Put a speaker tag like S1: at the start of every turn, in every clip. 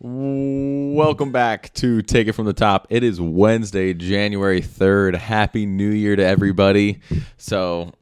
S1: Welcome back to Take It From The Top. It is Wednesday, January 3rd. Happy New Year to everybody. So,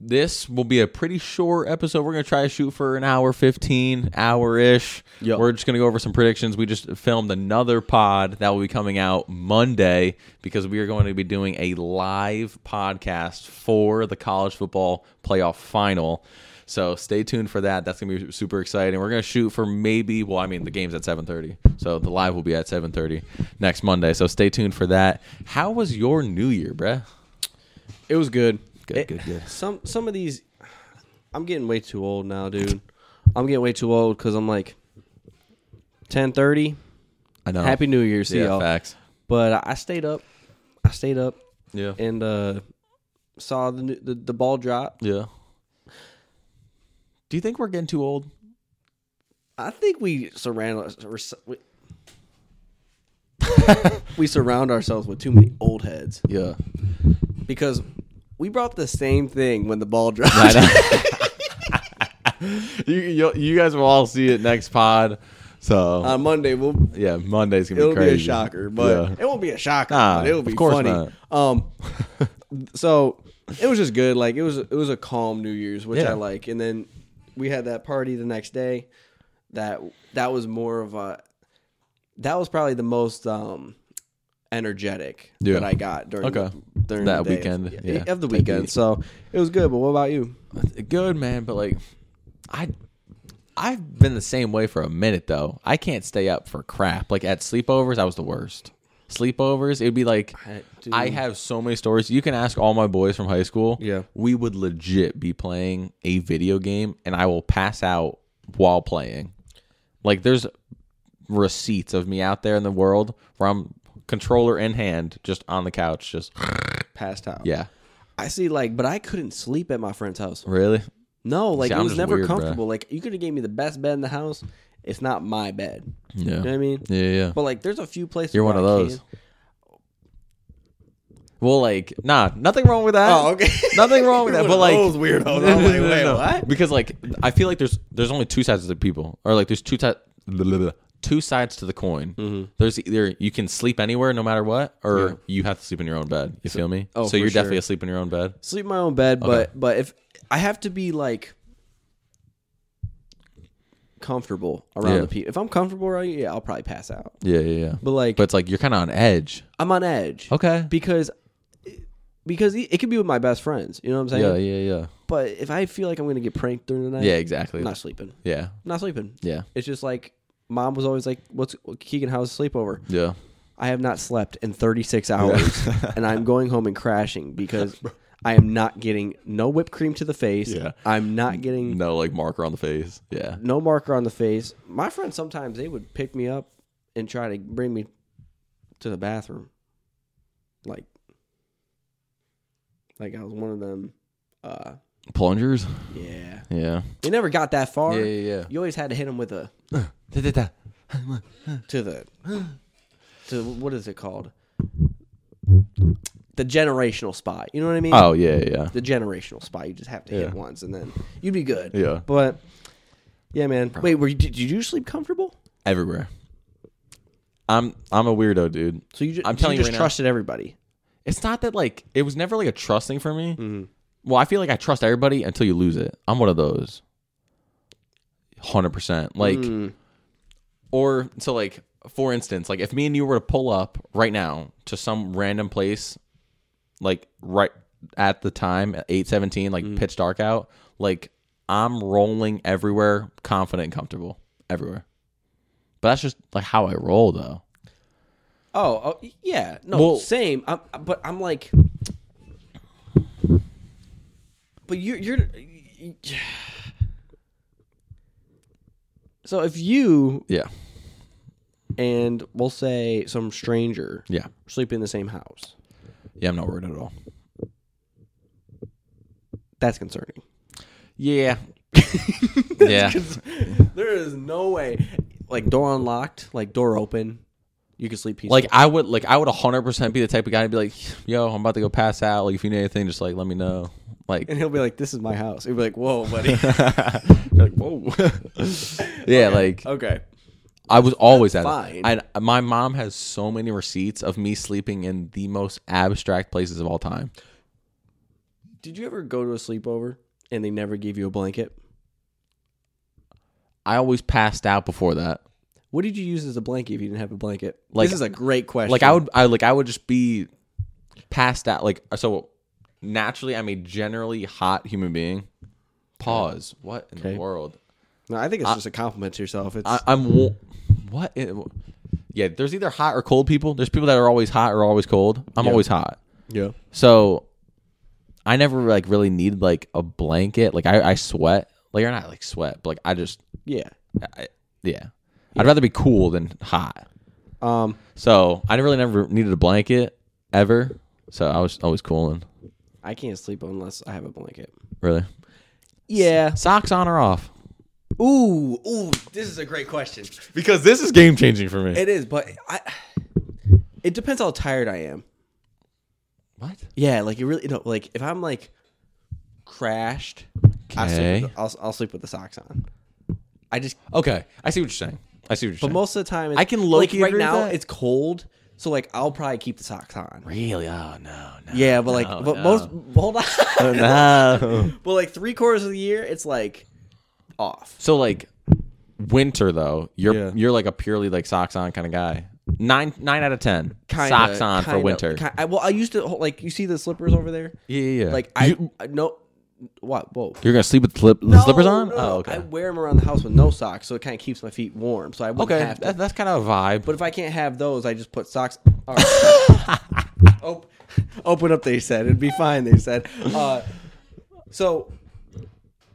S1: this will be a pretty short episode. We're going to try to shoot for an hour 15, hour ish.
S2: Yep.
S1: We're just going to go over some predictions. We just filmed another pod that will be coming out Monday because we are going to be doing a live podcast for the college football playoff final. So stay tuned for that. That's gonna be super exciting. We're gonna shoot for maybe. Well, I mean, the game's at seven thirty, so the live will be at seven thirty next Monday. So stay tuned for that. How was your New Year, bruh?
S2: It was good.
S1: Good,
S2: It-
S1: good, good.
S2: Some some of these, I'm getting way too old now, dude. I'm getting way too old because I'm like, ten thirty.
S1: I know.
S2: Happy New Year, see
S1: Oh. yeah,
S2: y'all.
S1: facts.
S2: But I stayed up. I stayed up
S1: Yeah,
S2: and uh, saw the, new- the the ball drop.
S1: yeah. Do you think we're getting too old?
S2: I think we surround us- we, we surround ourselves with too many old heads
S1: Yeah.
S2: because we brought the same thing when the ball dropped.
S1: you, you you guys will all see it next pod. So
S2: On Monday, we'll
S1: yeah, Monday's gonna
S2: Uh, It'll
S1: be crazy.
S2: be a shocker, but
S1: Yeah.
S2: it won't be a shocker.
S1: Nah,
S2: but it'll
S1: of
S2: be
S1: course
S2: funny.
S1: not.
S2: Um, so it was just good. Like it was, it was a calm New Year's, which
S1: Yeah.
S2: I like. And then we had that party the next day. That that was more of a. That was probably the most um, energetic
S1: Yeah.
S2: that I got during
S1: Okay.
S2: during
S1: That
S2: the day.
S1: weekend,
S2: Yeah,
S1: yeah.
S2: of the weekend. So it was good. But what about you?
S1: good man but like i i've been the same way for a minute though i can't stay up for crap like at sleepovers i was the worst sleepovers it'd be like
S2: I- dude.
S1: i have so many stories you can ask all my boys from high school
S2: Yeah.
S1: we would legit be playing a video game and i will pass out while playing like there's receipts of me out there in the world where i'm controller in hand just on the couch just
S2: Past out.
S1: yeah
S2: I see. Like, but I couldn't sleep at my friend's house.
S1: really
S2: No, like
S1: See,
S2: it
S1: I'm
S2: was
S1: just
S2: never
S1: weird, bruh.
S2: comfortable. Like you could have gave me the best bed in the house. It's not my bed.
S1: yeah
S2: You know what I mean?
S1: yeah yeah
S2: But like, there's a few places.
S1: You're
S2: where
S1: one of
S2: I
S1: those.
S2: can.
S1: Well, like, nah, nothing wrong with that.
S2: Oh, okay.
S1: Nothing wrong with
S2: You're
S1: that. But
S2: one
S1: like,
S2: of those weirdos. I'm like, wait, what?
S1: Because like, I feel like there's there's only two sides to the people, or like there's two ti- two sides to the coin.
S2: Mm-hmm.
S1: There's either you can sleep anywhere, no matter what, or you have to sleep in your own bed. You feel me?
S2: oh,
S1: so you're
S2: for sure.
S1: definitely asleep in your own bed.
S2: Sleep in my own bed, but but if I have to be like comfortable around
S1: Yeah.
S2: the people. If I'm comfortable around you, yeah, I'll probably pass out.
S1: Yeah, yeah, yeah.
S2: But like,
S1: But it's like you're kind of on edge.
S2: I'm on edge.
S1: Okay.
S2: Because because e, it it could be with my best friends. You know what I'm saying?
S1: Yeah, yeah, yeah.
S2: But if I feel like I'm gonna get pranked during the night,
S1: Yeah,
S2: I'm
S1: exactly.
S2: not sleeping.
S1: Yeah,
S2: I'm not sleeping.
S1: yeah,
S2: It's just like mom was always like, "What's Keegan? How's the sleepover?"
S1: yeah.
S2: I have not slept in 36 hours, and I'm going home and crashing because I am not getting no whipped cream to the face.
S1: Yeah.
S2: I'm not getting
S1: No, like marker on the face. Yeah.
S2: no marker on the face. My friends sometimes they would pick me up and try to bring me to the bathroom, like like I was one of them. Uh,
S1: Plungers.
S2: yeah,
S1: Yeah.
S2: they never got that far.
S1: yeah,
S2: You always had to hit them with a
S1: yeah.
S2: to the to what is it called? The generational spot. You know what I mean?
S1: Oh yeah, yeah.
S2: The generational spot. You just have to
S1: Yeah.
S2: hit once, and then you'd be good.
S1: Yeah.
S2: But yeah, man. Wait, were you, did you sleep comfortable?
S1: everywhere. I'm I'm a weirdo, dude.
S2: So you just,
S1: I'm telling you
S2: just
S1: right now.
S2: trusted everybody.
S1: It's not that like it was never like a trust thing for me. Well, I feel like I trust everybody until you lose it. I'm one of those. Hundred percent. Like, or so like for instance, like if me and you were to pull up right now to some random place, like right at the time at eight seventeen, like pitch dark out, like I'm rolling everywhere, confident, and comfortable everywhere. But that's just like how I roll, though.
S2: Oh, oh yeah. No,
S1: Well-
S2: same. I'm, but I'm like, but you're you're. So if you
S1: Yeah,
S2: and we'll say some stranger
S1: yeah,
S2: sleep in the same house.
S1: yeah. I'm not worried at all.
S2: That's concerning.
S1: Yeah. yeah.
S2: There is no way. Like door unlocked, like door open, you can sleep peacefully.
S1: Like I would like I would 100% be the type of guy to be like, "Yo, I'm about to go pass out. Like if you need anything, just like let me know." Like
S2: and he'll be like, "This is my house." He'll be like, "Whoa, buddy."
S1: like whoa. yeah, like
S2: okay.
S1: I was always at
S2: fine.
S1: it. I, my mom has so many receipts of me sleeping in the most abstract places of all time.
S2: Did you ever go to a sleepover and they never gave you a blanket?
S1: I always passed out before that.
S2: What did you use as a blanket if you didn't have a blanket?
S1: Like-
S2: this is a great question.
S1: Like I would, I like I would just be passed out. Like uh, so, naturally, I'm a generally hot human being. Pause. What in
S2: Okay.
S1: the world?
S2: No, I think it's just a compliment to yourself. It's
S1: I, I'm wa- what? in- yeah, there's either hot or cold people. There's people that are always hot or always cold. I'm always hot.
S2: yeah.
S1: So I never like really needed like a blanket. Like I, I sweat. Like or not like sweat, but like I just
S2: Yeah.
S1: I, yeah. I'd rather be cool than hot.
S2: Um
S1: So I really never needed a blanket ever. So I was always cooling.
S2: I can't sleep unless I have a blanket.
S1: Really.
S2: Yeah.
S1: Socks on or off?
S2: Ooh, ooh, this is a great question.
S1: Because this is game changing for me.
S2: It is, but I it depends how tired I am.
S1: What?
S2: Yeah, like you really no, like if I'm like crashed, I
S1: Okay.
S2: sleep with, I'll I'll sleep with the socks on. I just
S1: Okay. I see what you're saying. I see what you're
S2: but
S1: saying.
S2: most of the time it's,
S1: I can
S2: like
S1: low-key
S2: right
S1: agree with
S2: now
S1: that.
S2: it's cold, so like I'll probably keep the socks on.
S1: really? Oh no, no.
S2: Yeah, but like
S1: no, no.
S2: but
S1: Um,
S2: most hold on.
S1: no.
S2: but like three quarters of the year it's like off.
S1: So like winter though, you're
S2: Yeah.
S1: you're like a purely like socks on kind of guy. Nine nine out of ten
S2: Kinda,
S1: socks on for
S2: kinda,
S1: winter.
S2: ki- I, well, I used to like you see the slippers over there.
S1: yeah, yeah, yeah.
S2: Like I, I no, what? Whoa.
S1: you're gonna sleep with slip, slippers on?
S2: No,
S1: oh,
S2: no,
S1: okay.
S2: I wear them around the house with no socks, so it kind of keeps my feet warm. So I wouldn't
S1: okay,
S2: have to.
S1: that, that's kind of a vibe.
S2: but if I can't have those, I just put socks. All right. Op- open up, they said. It'd be fine, they said. Uh, so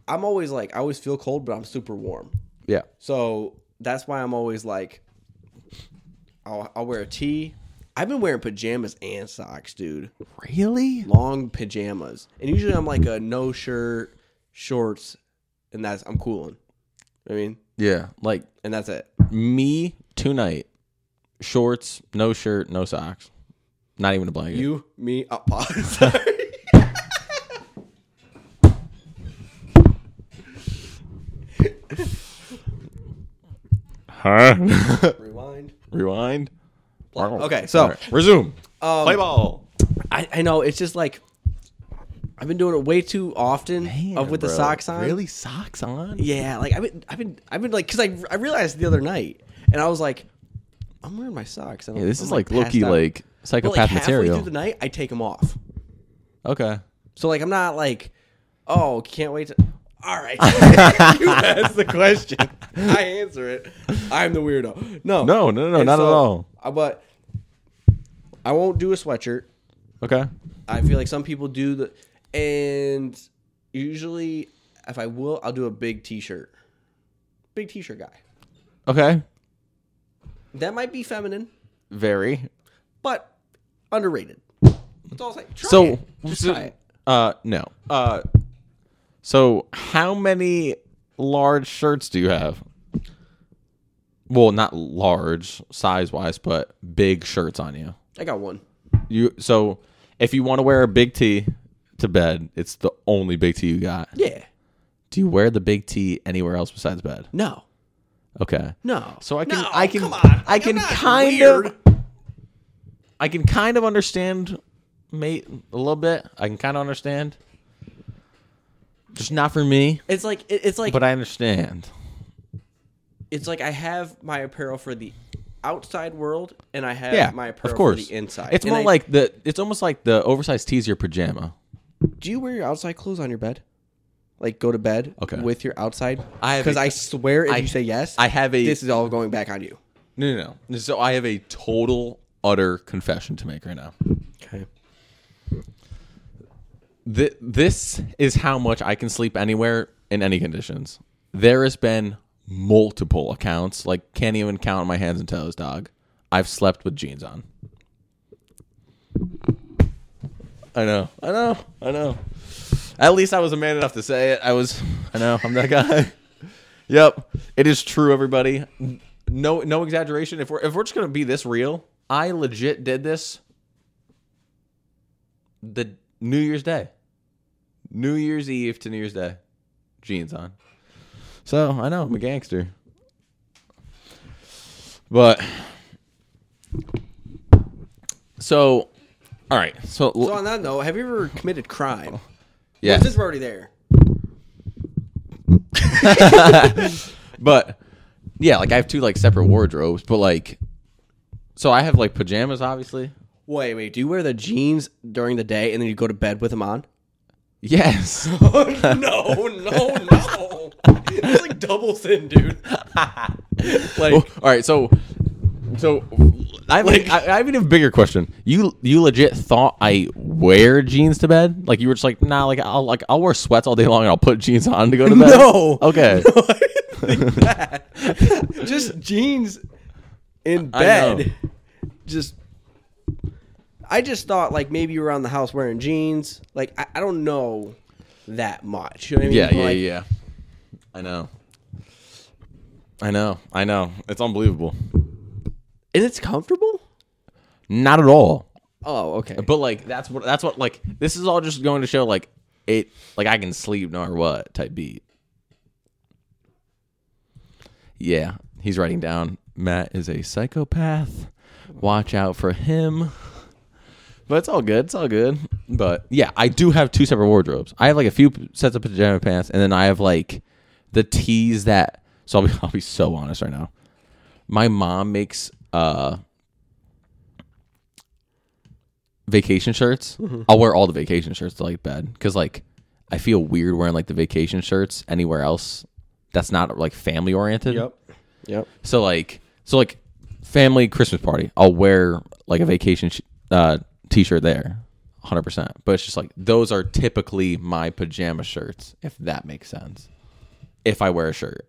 S2: I'm always like, I always feel cold, but I'm super warm.
S1: yeah,
S2: So that's why I'm always like, I'll, I'll wear a tee. I've been wearing pajamas and socks, dude.
S1: really?
S2: Long pajamas. And usually I'm like a no shirt, shorts, and that's, I'm cooling. I mean,
S1: Yeah, like
S2: and that's it.
S1: me tonight. Shorts, no shirt, no socks, not even a blanket.
S2: You, me, up pause. Sorry.
S1: huh?
S2: Rewind.
S1: Rewind.
S2: Okay, so-
S1: All resume.
S2: Um,
S1: Play ball.
S2: I, I know it's just like I've been doing it way too often of with the
S1: bro.
S2: socks on.
S1: Really, socks on?
S2: Yeah, like I've been I've been I've been like because I I realized the other night and I was like I'm wearing Oh my socks. And
S1: Yeah,
S2: I'm-
S1: this is
S2: I'm,
S1: like low
S2: passed
S1: key
S2: out.
S1: like
S2: But,
S1: psychopath
S2: like, halfway
S1: material.
S2: Through the night, I take them off.
S1: okay.
S2: So like I'm not like oh can't wait to. All right, you asked the question. I answer it. I'm the weirdo. No,
S1: No, no, no, no,
S2: And
S1: not at all.
S2: I- But I won't do a sweatshirt.
S1: Okay.
S2: I feel like some people do the, and usually if I will, I'll do a big T-shirt, big T-shirt guy.
S1: Okay.
S2: That might be feminine,
S1: Very.
S2: but underrated. That's all I say. Try
S1: So,
S2: it. just
S1: so-
S2: try it.
S1: uh, no. Uh, so how many large shirts do you have? Well, not large size wise, but big shirts on you.
S2: I got one.
S1: You so if you want to wear a big tee to bed, it's the only big tee you got.
S2: Yeah.
S1: Do you wear the big tee anywhere else besides bed?
S2: No.
S1: Okay.
S2: No.
S1: So I can
S2: No,
S1: I can
S2: come on.
S1: I
S2: Like,
S1: can
S2: I'm not
S1: kind
S2: weird.
S1: of I can kind of understand mate a little bit. I can kind of understand. Just not for me,
S2: It's like it- it's like
S1: but I understand.
S2: it's like I have my apparel for the outside world, and I have
S1: Yeah,
S2: my
S1: of
S2: apparel
S1: course.
S2: for the inside.
S1: It's
S2: And
S1: more
S2: I-
S1: like the it's almost like the oversized tees your pajama.
S2: do you wear your outside clothes on your bed? Like go to bed
S1: Okay.
S2: with your outside?
S1: I have
S2: Because
S1: a-
S2: I swear if
S1: I-
S2: you say yes,
S1: I have a
S2: this is all going back on you.
S1: no, no no. So I have a total utter confession to make right now.
S2: Okay.
S1: Th- this is how much I can sleep anywhere in any conditions. There has been multiple accounts, like can't even count my hands and toes, dog. I've slept with jeans on. I know, I know, I know. At least I was a man enough to say it. I was, I know, I'm that guy. yep, it is true, everybody. No, no exaggeration. If we're if we're just gonna be this real, I legit did this the New Year's Day. New Year's Eve to New Year's Day. Jeans on. So I know I'm a gangster. But so, all right. So,
S2: So on that note, have you ever committed crime?
S1: yeah,
S2: Since we're already there.
S1: but yeah, like I have two like separate wardrobes, but like, so I have like pajamas, obviously.
S2: Wait, wait. Do you wear the jeans during the day and then you go to bed with them on?
S1: Yes.
S2: no, no, no. It's like double thin, dude. like,
S1: Oh, all right. So, so I have, like, I, I have an even bigger question. You you legit thought I wear jeans to bed? Like you were just like, nah, like I'll like I'll wear sweats all day long and I'll put jeans on to go to bed.
S2: No.
S1: Okay.
S2: No, I didn't think that. just jeans in
S1: I know.
S2: bed. Just I just thought like maybe you were around the house wearing jeans. Like I, I don't know that much. You know what I mean?
S1: Yeah,
S2: But,
S1: yeah,
S2: like,
S1: yeah. I know. I know. I know. It's unbelievable.
S2: And it's comfortable?
S1: Not at all.
S2: Oh, okay.
S1: But like that's what that's what like this is all just going to show like it like I can sleep no matter what type beat. Yeah, he's writing down Matt is a psychopath. Watch out for him. But it's all good. It's all good. But yeah, I do have two separate wardrobes. I have like a few sets of pajama pants, and then I have like the tees that. So I'll be, I'll be so honest right now. My mom makes uh vacation shirts. I'll wear all the vacation shirts to like bed because like I feel weird wearing like the vacation shirts anywhere else. That's not like family oriented.
S2: Yep.
S1: So like, so like, family Christmas party. I'll wear like a vacation sh- uh, t-shirt there, hundred percent. But it's just like those are typically my pajama shirts, if that makes sense. If I wear a shirt,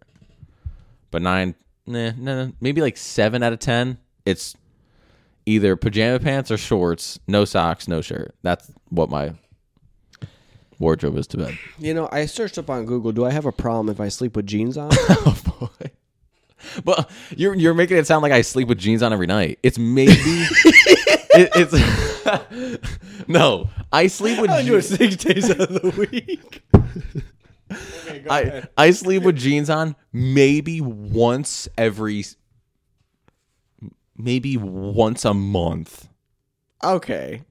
S1: but nine, nah, nah, nah, maybe like seven out of ten, it's either pajama pants or shorts, no socks, no shirt. That's what my wardrobe is to bed.
S2: You know, I searched up on Google, do I have a problem if I sleep with jeans on?
S1: Oh boy. But you're you're making it sound like I sleep with jeans on every night. It's maybe it, it's no. I sleep with jeans.
S2: six days out of the week.
S1: I, I sleep with jeans on maybe once every maybe once a month.
S2: Okay.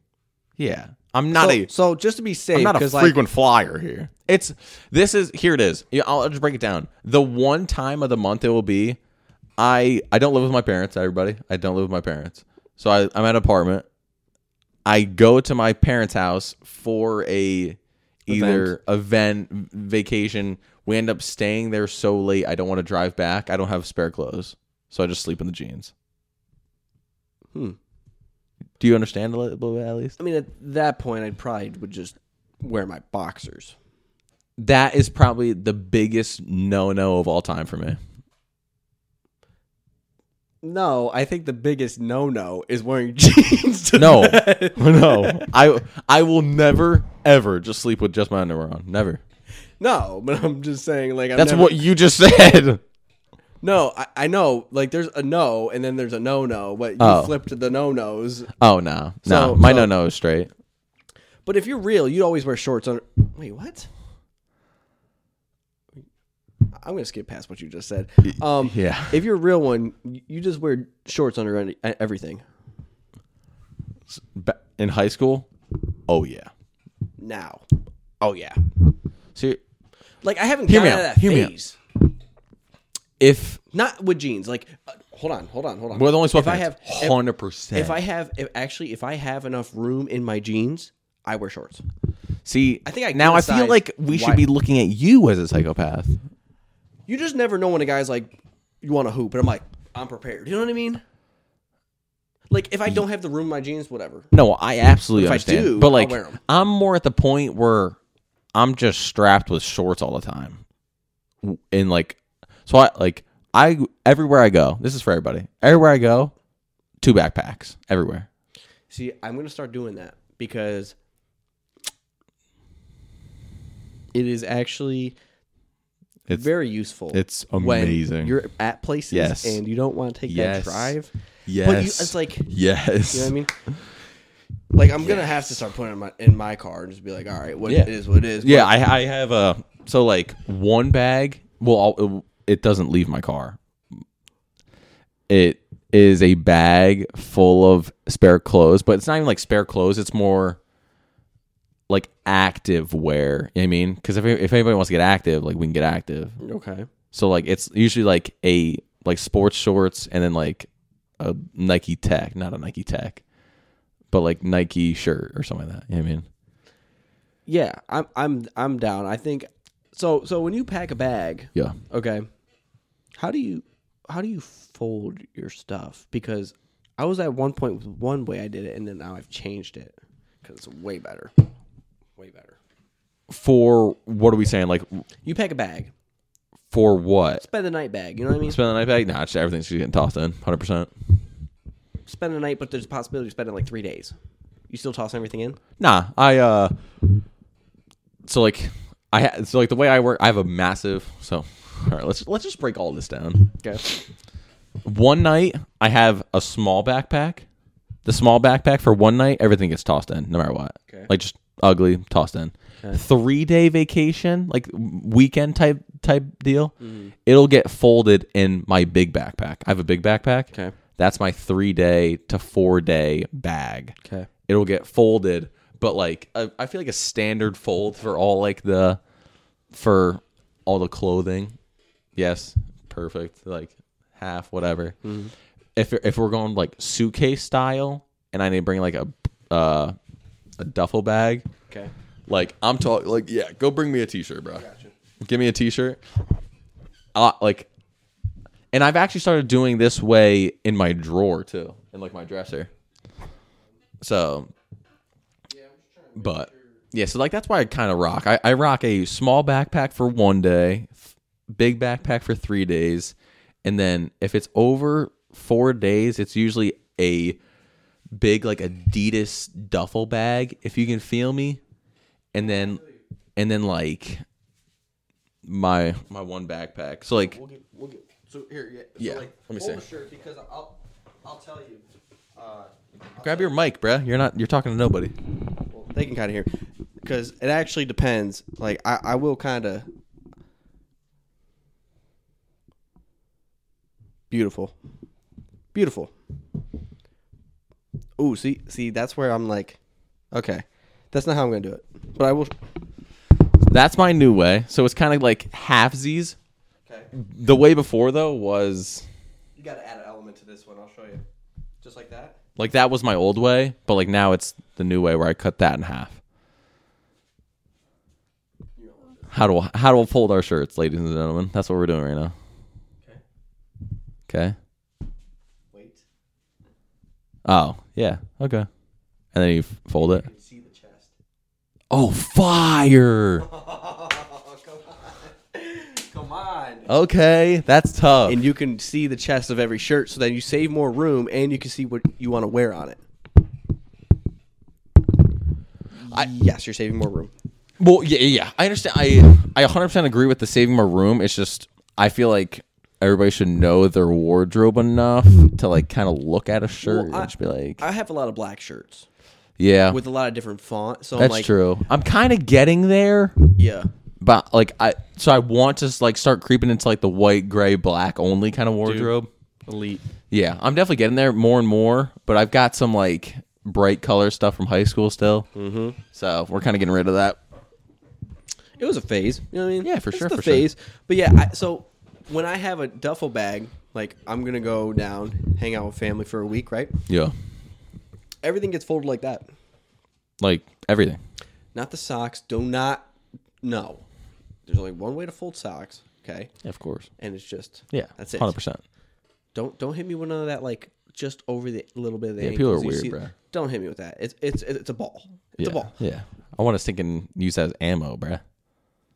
S1: Yeah. I'm not
S2: So,
S1: a
S2: so just to be safe,
S1: I'm not a
S2: 'cause, like,
S1: frequent flyer here. It's this is here it is. Yeah, I'll, I'll just break it down. The one time of the month it will be, I I don't live with my parents. Everybody, I don't live with my parents. So I, I'm at an apartment. I go to my parents' house for a either event vacation. We end up staying there so late. I don't want to drive back. I don't have spare clothes, so I just sleep in the jeans.
S2: Hmm.
S1: Do you understand a little bit at least?
S2: I mean, at that point, I probably would just wear my boxers.
S1: that is probably the biggest no no of all time for me.
S2: No, I think the biggest no no is wearing jeans. To
S1: No,
S2: bed.
S1: no, I I will never ever just sleep with just my underwear on. Never.
S2: no, but I'm just saying, like, I'm
S1: That's
S2: never-
S1: what you just said.
S2: No, I, I know, like, there's a no, and then there's a no no, but you
S1: Oh.
S2: flipped the no nos.
S1: Oh no, no,
S2: So-
S1: my
S2: so-
S1: no no is straight.
S2: But if you're real, you always wear shorts under. Wait, what? I'm gonna skip past what you just said. Um,
S1: yeah.
S2: If you're a real one, y- you just wear shorts under any- everything.
S1: Ba- In high school, oh yeah,
S2: Now,
S1: oh yeah. See,
S2: like, I haven't
S1: Hear me
S2: gotten out of
S1: out,
S2: that
S1: hear me out.
S2: phase.
S1: if
S2: not with jeans. Like, uh, hold on, hold on, hold on.
S1: we're the only sweatpants,
S2: if I have if,
S1: hundred percent.
S2: if I have if, actually if I have enough room in my jeans, I wear shorts.
S1: see, I
S2: think I
S1: now I feel
S2: criticized
S1: like we should
S2: why-
S1: be looking at you as a psychopath.
S2: You just never know when a guy's like, "You want to hoop," and I'm like, "I'm prepared." You know what I mean? Like, if I don't have the room in my jeans, whatever.
S1: No, I absolutely
S2: If I
S1: understand.
S2: do,
S1: but
S2: I'll
S1: like,
S2: wear 'em.
S1: I'm more at the point where I'm just strapped with shorts all the time, W- and like, so I like I everywhere I go. This is for everybody. Everywhere I go, two backpacks everywhere.
S2: See, I'm gonna start doing that because it is actually
S1: It's-
S2: very useful.
S1: it's
S2: When
S1: amazing.
S2: you're at places
S1: Yes.
S2: and you don't want to take
S1: Yes.
S2: that drive.
S1: Yes,
S2: But you, it's like
S1: yes.
S2: You know what I mean? Like I'm gonna have to start putting it in my in my car and just be like, all right, what
S1: Yeah.
S2: it is, what it is.
S1: yeah, I, I have a so like one bag. Well, I'll, it doesn't leave my car. It is a bag full of spare clothes, but it's not even like spare clothes. It's more like active wear. You know what I mean, because if, if anybody wants to get active, like we can get active.
S2: Okay.
S1: So like it's usually like a like sports shorts and then like a Nike Tech, not a Nike Tech, but like Nike shirt or something like that. You know what I mean?
S2: Yeah, I'm I'm I'm down. I think so. So when you pack a bag,
S1: Yeah.
S2: okay, how do you how do you fold your stuff? Because I was at one point with one way I did it, and then now I've changed it because it's way better, way better.
S1: For what are we saying? Like
S2: You pack a bag,
S1: for what?
S2: spend the night bag. You know what I mean?
S1: Spend the night bag? Nah, just everything's just getting tossed in. Hundred percent.
S2: Spend the night, but there's a possibility you spend it like three days. You still toss everything in?
S1: Nah, I uh so like I ha- so like the way I work, I have a massive so all right, let's let's just break all this down.
S2: Okay.
S1: One night I have a small backpack. The small backpack for one night, everything gets tossed in, no matter what.
S2: Okay.
S1: Like just ugly, tossed in. Three day vacation, like w- weekend type type deal,
S2: Mm-hmm.
S1: it'll get folded in my big backpack. I have a big backpack.
S2: Okay.
S1: That's my three day to four day bag
S2: Okay.
S1: it'll get folded but like I, I feel like a standard fold for all like the for all the clothing yes perfect like half whatever if if we're going like suitcase style and i need to bring like a uh a duffel bag
S2: Okay.
S1: like i'm talking like yeah go bring me a t-shirt bro give me a t-shirt uh, like and i've actually started doing this way in my drawer too in like my dresser so but yeah so like that's why i kind of rock I, I rock a small backpack for one day f- big backpack for three days and then if it's over four days it's usually a big like adidas duffel bag if you can feel me and then and then like my my one backpack so like
S2: We'll get, we'll get, so here, yeah.
S1: Yeah,
S2: like,
S1: let me
S2: hold
S1: see.
S2: the shirt because I'll, I'll tell you. Uh,
S1: grab your mic bruh you're not you're talking to nobody
S2: well, they can kind of hear because it actually depends. Like I, I will kind of. Beautiful, beautiful. Ooh, see, see, that's where I'm like, okay, that's not how I'm gonna do it, but I will.
S1: that's my new way so it's kind of like halfsies
S2: Okay,
S1: the way before though was
S2: you gotta add an element to this one. I'll show you, just like that.
S1: Like that was my old way, but like now it's the new way where I cut that in half. How do how do we fold our shirts, ladies and gentlemen? That's what we're doing right now.
S2: Okay,
S1: Okay.
S2: wait.
S1: Oh yeah. Okay. And then you f- fold it.
S2: You can see the chest.
S1: Oh fire!
S2: Oh, come on, come on.
S1: Okay, that's tough.
S2: and you can see the chest of every shirt. So then you save more room, and you can see what you want to wear on it. yes, you're saving more room.
S1: Well, yeah, yeah, yeah. I understand. I I 100% agree with the saving more room. It's just I feel like everybody should know their wardrobe enough to like kind of look at a shirt
S2: I-
S1: and just be like,
S2: I have a lot of black shirts
S1: yeah,
S2: with a lot of different fonts. So I'm
S1: that's
S2: like,
S1: true. I'm kind of getting there.
S2: yeah,
S1: but like I so I want to like start creeping into like the white, gray, black only kind of wardrobe.
S2: elite.
S1: Yeah, I'm definitely getting there more and more, but I've got some like bright color stuff from high school still. Mm-hmm. So we're kind of getting rid of that.
S2: It was a phase. You know what I mean?
S1: Yeah, for
S2: It's
S1: sure,
S2: The
S1: for sure.
S2: phase. But yeah, I, so when I have a duffel bag, like I'm gonna go down, hang out with family for a week, right?
S1: Yeah,
S2: Everything gets folded like that.
S1: like everything.
S2: Not the socks. Do not. No. There's only one way to fold socks. Okay.
S1: Of course.
S2: and it's just
S1: Yeah,
S2: that's it.
S1: Hundred percent.
S2: Don't don't hit me with none of that like just over the little bit of the yeah,
S1: people are weird, bruh.
S2: Don't hit me with that. It's it's it's a ball. It's
S1: Yeah.
S2: a ball.
S1: Yeah, I want to sink and use that as ammo, bruh.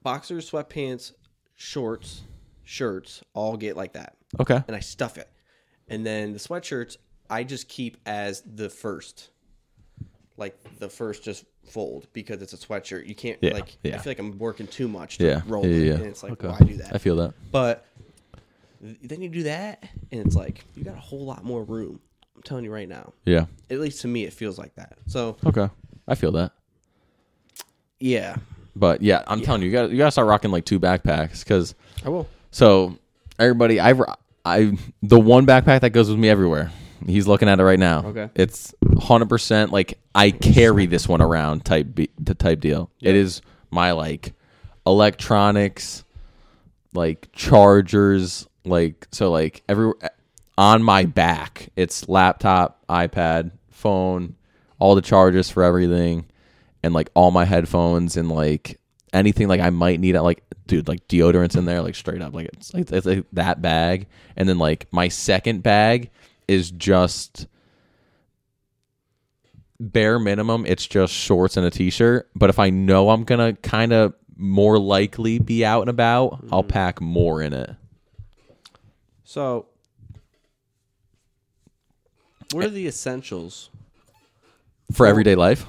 S2: Boxers, sweatpants, shorts, shirts all get like that,
S1: Okay.
S2: and I stuff it. And then the sweatshirts I just keep as the first, like the first just fold because it's a sweatshirt. You can't
S1: Yeah,
S2: like I
S1: yeah.
S2: feel like I'm working too much to
S1: Yeah.
S2: roll
S1: yeah,
S2: it,
S1: yeah, yeah.
S2: and it's like
S1: Okay.
S2: why do that?
S1: I feel that.
S2: But th- then you do that, and it's like you got a whole lot more room. I'm telling you right now.
S1: Yeah.
S2: At least to me, it feels like that. So
S1: Okay. I feel that.
S2: yeah,
S1: But yeah, I'm telling you, you got you got to start rocking like two backpacks because
S2: I will.
S1: So everybody, I ro- I the one backpack that goes with me everywhere. He's looking at it right now.
S2: Okay.
S1: It's 100% like I carry this one around type B, t- type deal. It is my like electronics like chargers like so like every on my back. It's laptop, iPad, phone, all the chargers for everything and like all my headphones and like anything like I might need like dude like deodorants in there like straight up like it's like, it's like that bag and then like my second bag is just bare minimum it's just shorts and a t-shirt but if I know I'm gonna kind of more likely be out and about I'll pack more in it
S2: So, what are the essentials?
S1: for everyday life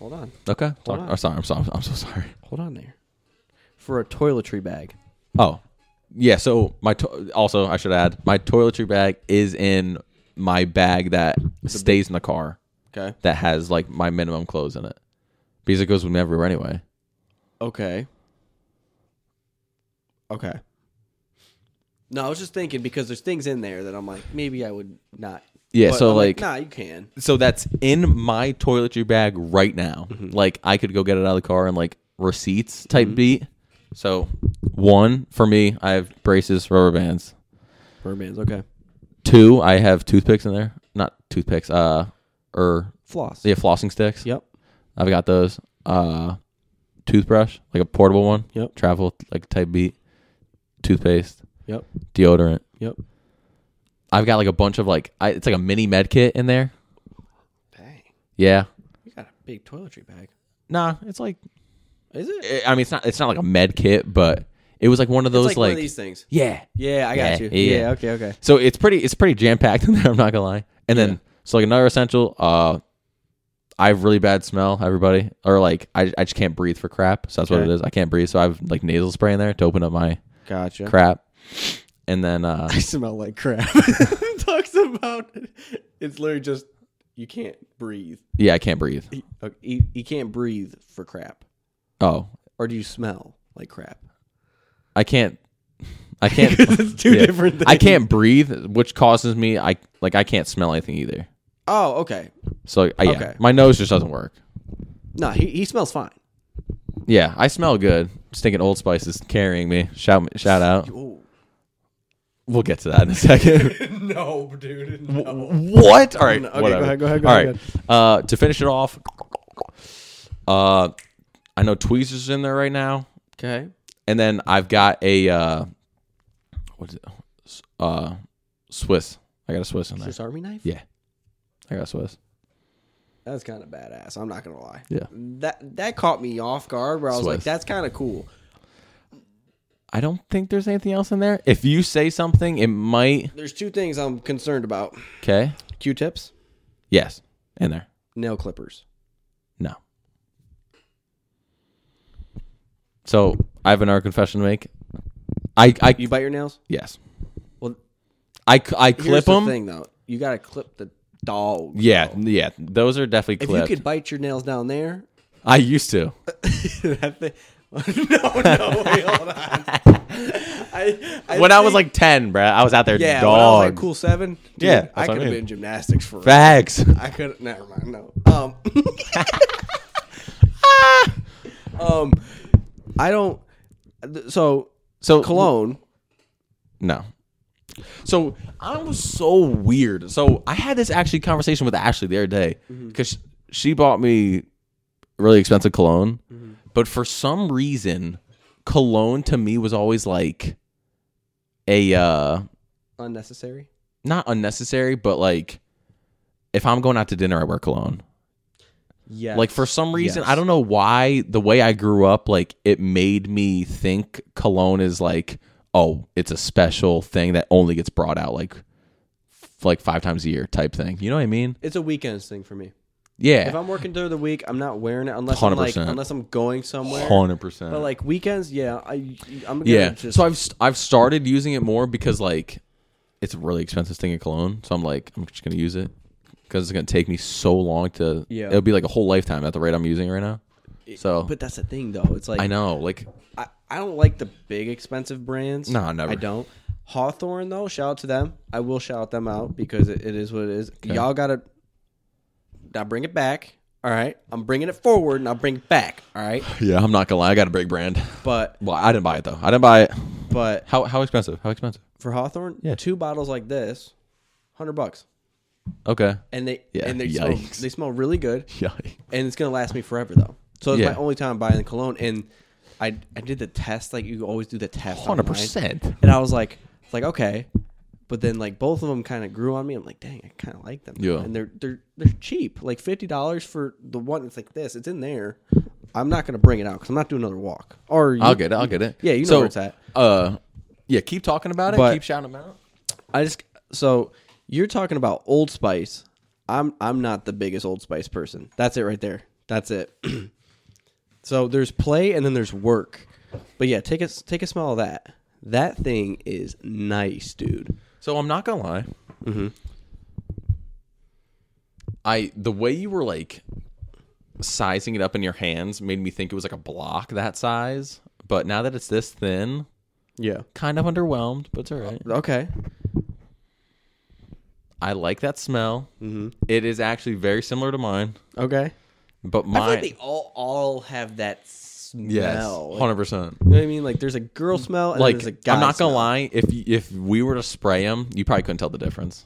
S2: Hold on,
S1: okay
S2: Hold
S1: Talk,
S2: on.
S1: oh, sorry I'm sorry I'm so sorry
S2: hold on there. For a toiletry bag.
S1: Oh, yeah. So my to- also I should add my toiletry bag is in my bag that stays in the car
S2: Okay.
S1: that has like my minimum clothes in it because it goes with me everywhere anyway.
S2: Okay. Okay. No, I was just thinking because there's things in there that I'm like, maybe I would not.
S1: Yeah.
S2: But
S1: so
S2: I'm
S1: like,
S2: nah, you can.
S1: so that's in my toiletry bag right now.
S2: Mm-hmm.
S1: Like I could go get it out of the car and like receipts type beat. So one for me, I have braces, rubber bands.
S2: Birdman's okay.
S1: Two, I have toothpicks in there. Not toothpicks. Uh, or
S2: Floss.
S1: yeah, flossing sticks.
S2: Yep.
S1: I've got those. Uh, toothbrush, like a portable one.
S2: Yep.
S1: Travel like type beat. Toothpaste,
S2: Yep.
S1: deodorant.
S2: Yep.
S1: I've got like a bunch of like I, it's like a mini med kit in there.
S2: Dang,
S1: Yeah.
S2: you got a big toiletry bag.
S1: Nah, it's like
S2: Is it?
S1: Eh, I mean it's not it's not like a med kit, but it was like one of those
S2: it's like,
S1: like,
S2: one of these things.
S1: yeah.
S2: Yeah, I got
S1: Yeah,
S2: you.
S1: yeah.
S2: Yeah. Okay. Okay.
S1: So it's pretty it's pretty jam packed in there. I'm not gonna lie. And then
S2: Yeah.
S1: so like another essential. Uh, I have really bad smell. Everybody or like I I just can't breathe for crap. So that's what
S2: Okay.
S1: it is. I can't breathe. So I have like nasal spray in there to open up my
S2: Gotcha.
S1: crap. And then uh
S2: I smell like crap. It Talks about it's literally just you can't breathe.
S1: yeah, I can't breathe.
S2: You- okay, You, you can't breathe for crap,
S1: Oh,
S2: or do you smell like crap?
S1: I can't I can't
S2: it's two
S1: yeah.
S2: different things.
S1: I can't breathe, which causes me I like I can't smell anything either.
S2: Oh, okay.
S1: So I, yeah,
S2: Okay.
S1: my nose just doesn't work.
S2: No, he, he smells fine.
S1: Yeah, I smell good. Stinking Old Spice is carrying me. Shout shout out.
S2: Oh
S1: We'll get to that in a second.
S2: no, dude. No.
S1: what? All right.
S2: Okay, go
S1: whatever.
S2: ahead, go ahead, go
S1: All
S2: ahead,
S1: right. Uh, to finish it off, uh, I know tweezers in there right now.
S2: Okay.
S1: and then I've got a uh, what's it? Uh, Swiss. I got a Swiss in there.
S2: Swiss Army knife.
S1: Yeah, I got a Swiss.
S2: That's kind of badass. I'm not gonna lie.
S1: Yeah.
S2: That that caught me off guard. Where I was like,
S1: Swiss.
S2: that's kind of cool.
S1: I don't think there's anything else in there. If you say something, it might.
S2: There's two things I'm concerned about:
S1: Okay.
S2: Q-tips,
S1: Yes, in there.
S2: nail clippers.
S1: No. So I have another confession to make. I I
S2: You bite your nails.
S1: yes.
S2: Well,
S1: I c- I
S2: Here's
S1: clip
S2: the
S1: them.
S2: thing though. You gotta clip the dog.
S1: Yeah, yeah. Those are definitely
S2: If
S1: clipped.
S2: you could bite your nails down there,
S1: I used to.
S2: that thing. no, no, wait, hold on. I,
S1: When I was like ten, bruh, I was out there.
S2: yeah, when I was
S1: dog.
S2: like cool seven. dude,
S1: Yeah, that's
S2: I
S1: what I
S2: could have
S1: mean.
S2: been in gymnastics for.
S1: Facts.
S2: I could. Never mind. No. Um. um. I don't. th- So
S1: So
S2: cologne.
S1: No. So I was so weird. So I had this actually conversation with Ashley the other day because she bought me really expensive cologne, but for some reason, cologne to me was always like a uh
S2: Unnecessary.
S1: not unnecessary, but like if I'm going out to dinner, I wear cologne.
S2: Yeah.
S1: Like for some reason,
S2: Yes.
S1: I don't know why the way I grew up, like it made me think cologne is like, oh, it's a special thing that only gets brought out like f- like five times a year type thing. You know what I mean?
S2: it's a weekends thing for me. If
S1: Yeah.
S2: I'm working during the week, I'm not wearing it unless I'm like
S1: 100%.
S2: unless I'm going somewhere.
S1: Hundred percent.
S2: But like weekends, yeah, I I'm gonna
S1: yeah.
S2: just
S1: so I've st- I've started using it more because like it's a really expensive thing in cologne. So I'm like, I'm just gonna use it because it's gonna take me so long to.
S2: Yeah.
S1: It'll be like a whole lifetime at the rate I'm using right now. So
S2: but that's the thing though. It's like
S1: I know, like
S2: I, I don't like the big expensive brands.
S1: No, never.
S2: I don't. Hawthorne, though, shout out to them. I will shout them out because it, it is what it is. Y'all got to now bring it back. All right. I'm bringing it forward and I'll bring it back. All right.
S1: Yeah, I'm not gonna lie. I got a big brand.
S2: But,
S1: Well, I didn't buy it though. I didn't buy it.
S2: but
S1: How how expensive? How expensive?
S2: for Hawthorne,
S1: Yeah.
S2: two bottles like this, 100 bucks.
S1: Okay.
S2: And they,
S1: Yeah,
S2: and they, smell,
S1: yikes.
S2: they smell really good.
S1: Yikes.
S2: and it's gonna last me forever though. So it's
S1: Yeah.
S2: my only time buying the cologne, and I I did the test like you always do the test,
S1: Hundred
S2: online.
S1: percent.
S2: And I was like, it's like okay, but then like both of them kind of grew on me. I'm like, dang, I kind of like them.
S1: Yeah.
S2: and they're they're they're cheap, like fifty dollars for the one that's like this. It's in there. I'm not gonna bring it out because I'm not doing another walk. Or you,
S1: I'll get it. I'll get it.
S2: Yeah, you know
S1: So,
S2: where it's at.
S1: Uh, yeah. Keep talking about it.
S2: But-
S1: keep shouting them out.
S2: I just so you're talking about Old Spice. I'm I'm not the biggest Old Spice person. That's it right there. That's it. so there's play and then there's work. But yeah, take a take a smell of that. That thing is nice, dude.
S1: So I'm not gonna lie. Mm-hmm. I the way you were like sizing it up in your hands made me think it was like a block that size. But now that it's this thin,
S2: Yeah.
S1: kind of underwhelmed, but it's all right.
S2: Okay.
S1: I like that smell. Mm-hmm. is actually very similar to mine,
S2: Okay.
S1: but
S2: I feel
S1: mine,
S2: like they all all have that smell.
S1: yes, hundred percent.
S2: You know what I mean? Like there's a girl smell and then
S1: Like
S2: there's a guy.
S1: I'm not
S2: smell.
S1: gonna lie, if you, if we were to spray them, you probably couldn't tell the difference.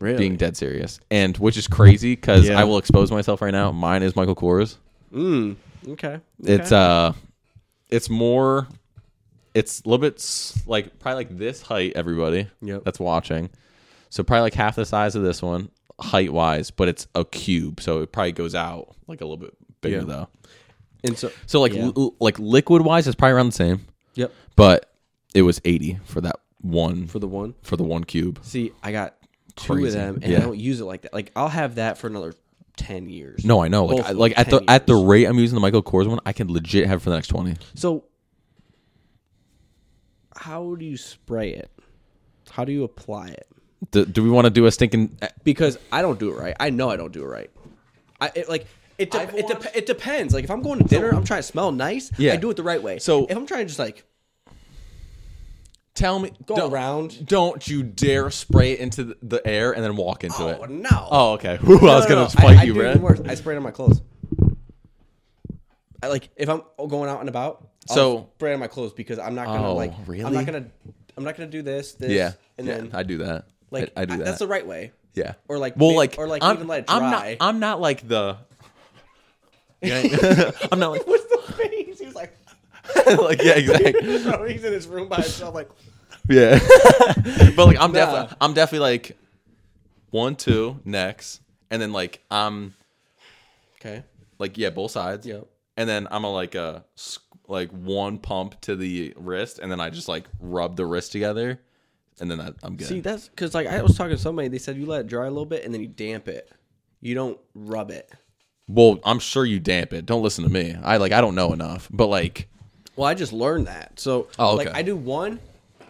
S2: Really?
S1: Being dead serious, and which is crazy because
S2: Yeah.
S1: I will expose myself right now. Mine is Michael Kors.
S2: Mm. Okay.
S1: It's uh, it's more, it's a little bit s- like probably like this height. Everybody,
S2: Yep.
S1: that's watching, so probably like half the size of this one height wise, but it's a cube, so it probably goes out like a little bit bigger
S2: Yeah.
S1: though.
S2: and so
S1: So like
S2: Yeah.
S1: l- like liquid wise, it's probably around the same,
S2: yep
S1: but it was eighty for that one for
S2: for
S1: the,
S2: the one.
S1: for the one cube.
S2: See, I got two of
S1: Crazy.
S2: them, and I
S1: Yeah.
S2: don't use it like that. Like I'll have that for another ten years.
S1: No, I know.
S2: Both
S1: Like, I,
S2: of
S1: like
S2: them,
S1: at the
S2: 10
S1: at the
S2: years.
S1: rate I'm using the Michael Kors one, I can legit have it for the next twenty.
S2: So, how do you spray it? How do you apply it?
S1: Do, do we want to do a stinking? uh,
S2: Because I don't do it right. I know I don't do it right. I it, like. It, de-
S1: I've
S2: it,
S1: watched-
S2: dep it depends. Like if I'm going to dinner, I'm trying to smell nice.
S1: Yeah.
S2: I do it the right way.
S1: So-
S2: if I'm trying to just like
S1: Tell me.
S2: go
S1: don't,
S2: around,
S1: Don't you dare spray it into the, the air and then walk into
S2: oh
S1: it.
S2: no,
S1: Oh, okay. Whew, I was
S2: No, no,
S1: gonna
S2: no.
S1: spike
S2: I,
S1: you,
S2: I do
S1: bro.
S2: even worse. I spray it on my clothes. I like if I'm going out and about. I'll
S1: So-
S2: spray it on my clothes because I'm not gonna
S1: Oh,
S2: like. I'm
S1: really?
S2: not gonna. I'm not gonna do this. this
S1: Yeah,
S2: and
S1: yeah,
S2: then
S1: I do that.
S2: like
S1: I, I do that.
S2: That's the right way.
S1: yeah.
S2: or, like,
S1: well,
S2: may-
S1: like
S2: or, like,
S1: I'm,
S2: even let it
S1: I'm not.
S2: dry.
S1: I'm not like the. Yeah, I'm not like
S2: What's the face? He was like,
S1: like yeah exactly
S2: no, he's in his room by himself. Like,
S1: yeah but like I'm definitely
S2: Nah.
S1: I'm definitely like one two next and then like I'm
S2: okay,
S1: like yeah both sides
S2: Yep.
S1: and then I'm a like a s- like one pump to the wrist and then I just like rub the wrist together and then that, I'm good
S2: see, that's because like I was talking to somebody. They said you let it dry a little bit and then you damp it. You don't rub it.
S1: well I'm sure you damp it don't listen to me I like I don't know enough but like
S2: Well, I just learned that. So,
S1: Oh,
S2: like,
S1: okay.
S2: I do one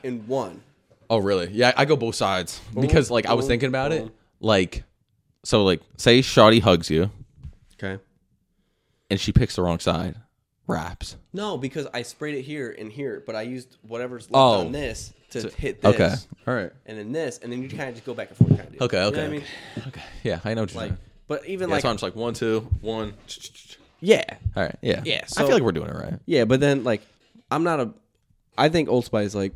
S2: and one.
S1: Oh, really? Yeah, I go both sides because like I was
S2: boom,
S1: thinking about it.
S2: boom.
S1: Like, so like, say Shoddy hugs you
S2: Okay.
S1: and she picks the wrong side, wraps.
S2: No, because I sprayed it here and here, but I used whatever's left
S1: Oh.
S2: on this to hit this.
S1: Okay, all right.
S2: And then this, and then you kind of just go back and forth. Kind of
S1: Okay, okay,
S2: You know what I mean?
S1: okay. Yeah, I know what you're
S2: Like,
S1: saying.
S2: but even
S1: Yeah,
S2: like,
S1: so I'm just like one, two, one.
S2: yeah,
S1: All right. Yeah.
S2: Yeah,
S1: I
S2: so-
S1: feel like we're doing it right.
S2: yeah. But then like, I'm not a. I think Old Spice like,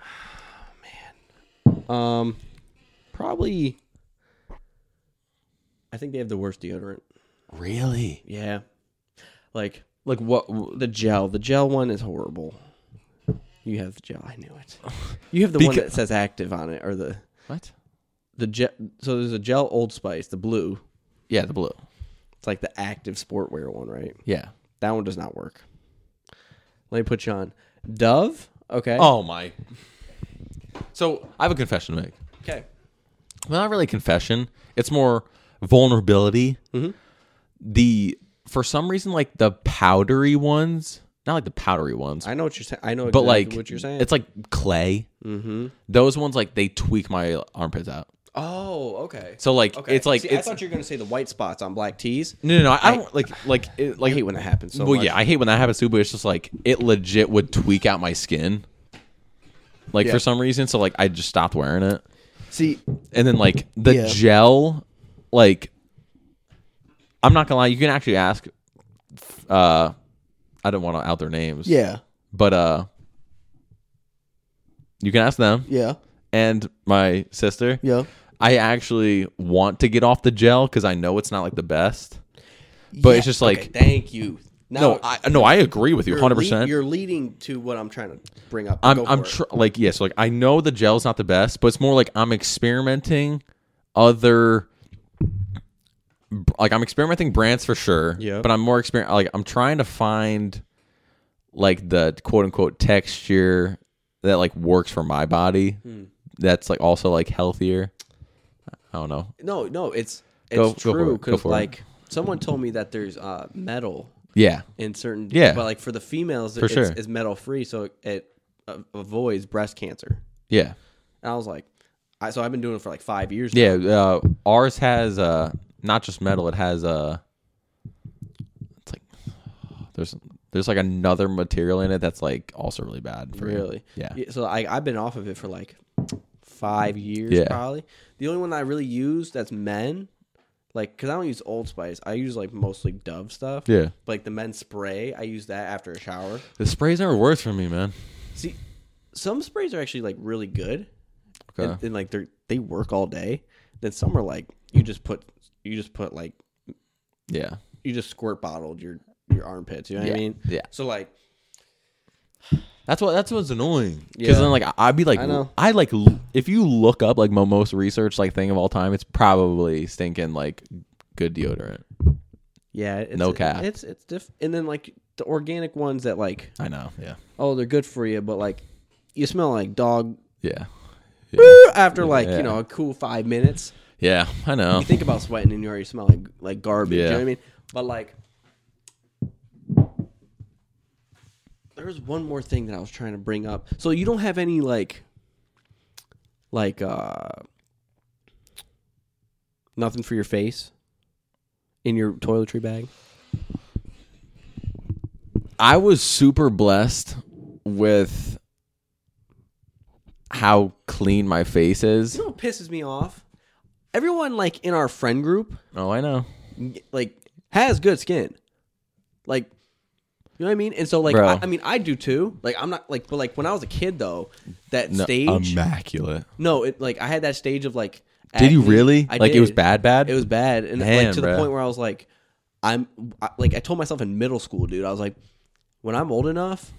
S2: man, um, probably. I think they have the worst deodorant.
S1: Really?
S2: Yeah, like
S1: Like what?
S2: the gel. The gel one is horrible. You have the gel. I knew it. You have the one
S1: Beca-
S2: that says active on it, or the
S1: What?
S2: the gel. So there's a gel Old Spice, the blue.
S1: Yeah, the blue.
S2: It's like the active sportwear one, right?
S1: Yeah.
S2: That one does not work. Let me put you on Dove. Okay.
S1: Oh my. So I have a confession to make.
S2: Okay.
S1: well, not really confession. It's more vulnerability. The for some reason, like the powdery ones, not like the powdery ones,
S2: I know what you're saying. I know
S1: but
S2: exactly
S1: like
S2: what you're saying.
S1: It's like clay. Mm-hmm. Those ones, like they tweak my armpits out.
S2: oh, okay.
S1: So like
S2: okay.
S1: it's like
S2: See, I
S1: it's
S2: thought you were gonna say the white spots on black tees.
S1: no, no, no. I, I don't like like it,
S2: I
S1: like.
S2: hate when that happens. So
S1: well,
S2: much.
S1: yeah, I hate when that happens too. But it's just like it legit would tweak out my skin. like
S2: Yeah.
S1: for some reason. So like I just stopped wearing it,
S2: See,
S1: and then like the
S2: Yeah.
S1: gel, like I'm not gonna lie, you can actually ask. Uh, I don't want to out their names.
S2: yeah,
S1: but uh, you can ask them
S2: yeah,
S1: and my sister.
S2: yeah.
S1: I actually want to get off the gel because I know it's not like the best. But it's just like-
S2: thank you. Now,
S1: No, I no, I agree with you
S2: you're
S1: 100.
S2: lea-
S1: percent
S2: You're leading to what I'm trying to bring up.
S1: I'm
S2: Go
S1: I'm
S2: for it.
S1: tr- like yes, like I know the gel's not the best, but it's more like I'm experimenting other like I'm experimenting brands for sure.
S2: Yeah.
S1: But I'm more exper like I'm trying to find like the quote unquote texture that like works for my body.
S2: Hmm.
S1: That's like also like healthier. I don't know.
S2: no, no. It's it's
S1: Go- go for
S2: true
S1: it, go
S2: because
S1: for it.
S2: like someone told me that there's uh, metal
S1: Yeah.
S2: in certain
S1: Yeah.
S2: but like for the females
S1: For
S2: it's,
S1: sure.
S2: it's metal free so it, it uh, avoids breast cancer
S1: Yeah.
S2: and i was like I, so i've been doing it for like five years now.
S1: Yeah, uh, ours has uh, not just metal. It has uh, it's like there's there's like another material in it that's like also really bad. For you.
S2: really
S1: Yeah.
S2: so I, i've been off of it for like five years
S1: Yeah.
S2: probably the only one that i really use that's men like because i don't use old spice i use like mostly dove stuff
S1: Yeah.
S2: but, like the men's spray i use that after a shower
S1: The sprays never worked for me, man.
S2: see some sprays are actually like really good
S1: Okay.
S2: and, and like they they work all day then some are like you just put you just put like
S1: yeah.
S2: you just squirt bottled your your armpits. You know what
S1: Yeah,
S2: I mean?
S1: yeah.
S2: So like,
S1: That's what that's what's annoying. Because
S2: Yeah.
S1: then like I- I'd be like
S2: I know.
S1: I like l- if you look up like my most researched like thing of all time, it's probably stinking like good deodorant.
S2: yeah, it's,
S1: No cap.
S2: It's it's diff. And then like the organic ones that like,
S1: I know. Yeah.
S2: oh, they're good for you, but like, you smell like dog
S1: Yeah.
S2: after like
S1: Yeah.
S2: you know a cool five minutes.
S1: Yeah. I know.
S2: You think about sweating and you already smell like like garbage. You
S1: Yeah.
S2: know what I mean? But like. There was one more thing that I was trying to bring up. So you don't have any like, like uh, nothing for your face in your toiletry bag.
S1: I was super blessed with how clean my face is.
S2: You know what pisses me off? Everyone like in our friend group
S1: Oh, I know.
S2: like has good skin. Like you know what I mean? And so like
S1: Bro.
S2: I, I mean I do too. Like I'm not like but like when I was a kid though, that
S1: No,
S2: stage
S1: immaculate.
S2: No, it like I had that stage of like
S1: Did you
S2: acne.
S1: really?
S2: I
S1: like it was
S2: did.
S1: bad, bad.
S2: It was bad and
S1: Man,
S2: like to
S1: bruh.
S2: the point where I was like I'm I, like I told myself in middle school, dude. I was like when I'm old enough,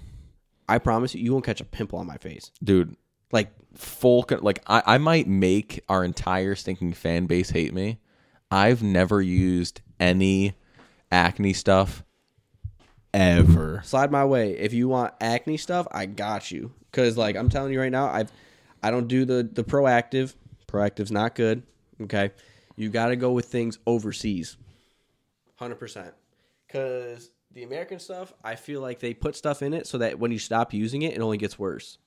S2: I promise you you won't catch a pimple on my face.
S1: dude.
S2: Like
S1: Full co- like I, I might make our entire stinking fan base hate me. I've never used any acne stuff ever.
S2: slide my way. If you want acne stuff, I got you. Cause like I'm telling you right now, I I don't do the the proactive. Proactive's not good. Okay, you got to go with things overseas. Hundred percent. Cause the American stuff, I feel like they put stuff in it so that when you stop using it, it only gets worse.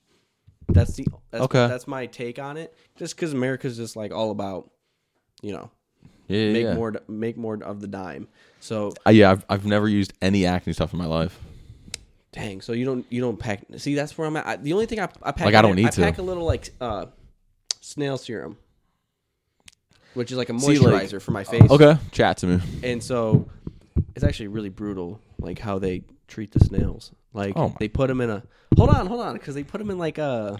S2: That's the that's,
S1: Okay.
S2: That's my take on it. Just because America's just like all about, you know,
S1: Yeah, yeah,
S2: make
S1: yeah.
S2: more make more of the dime. So
S1: Uh, yeah, I've I've never used any acne stuff in my life.
S2: Dang, so you don't you don't pack? See, that's where I'm at. I, the only thing I, I pack
S1: Like, I don't need
S2: I
S1: to.
S2: pack a little like uh, snail serum, which is like a
S1: See, like- uh,
S2: moisturizer for my face.
S1: Okay, chat to me.
S2: and so it's actually really brutal, like how they treat the snails. Like
S1: Oh my-
S2: they put them in a hold on, hold on, because they put them in like a.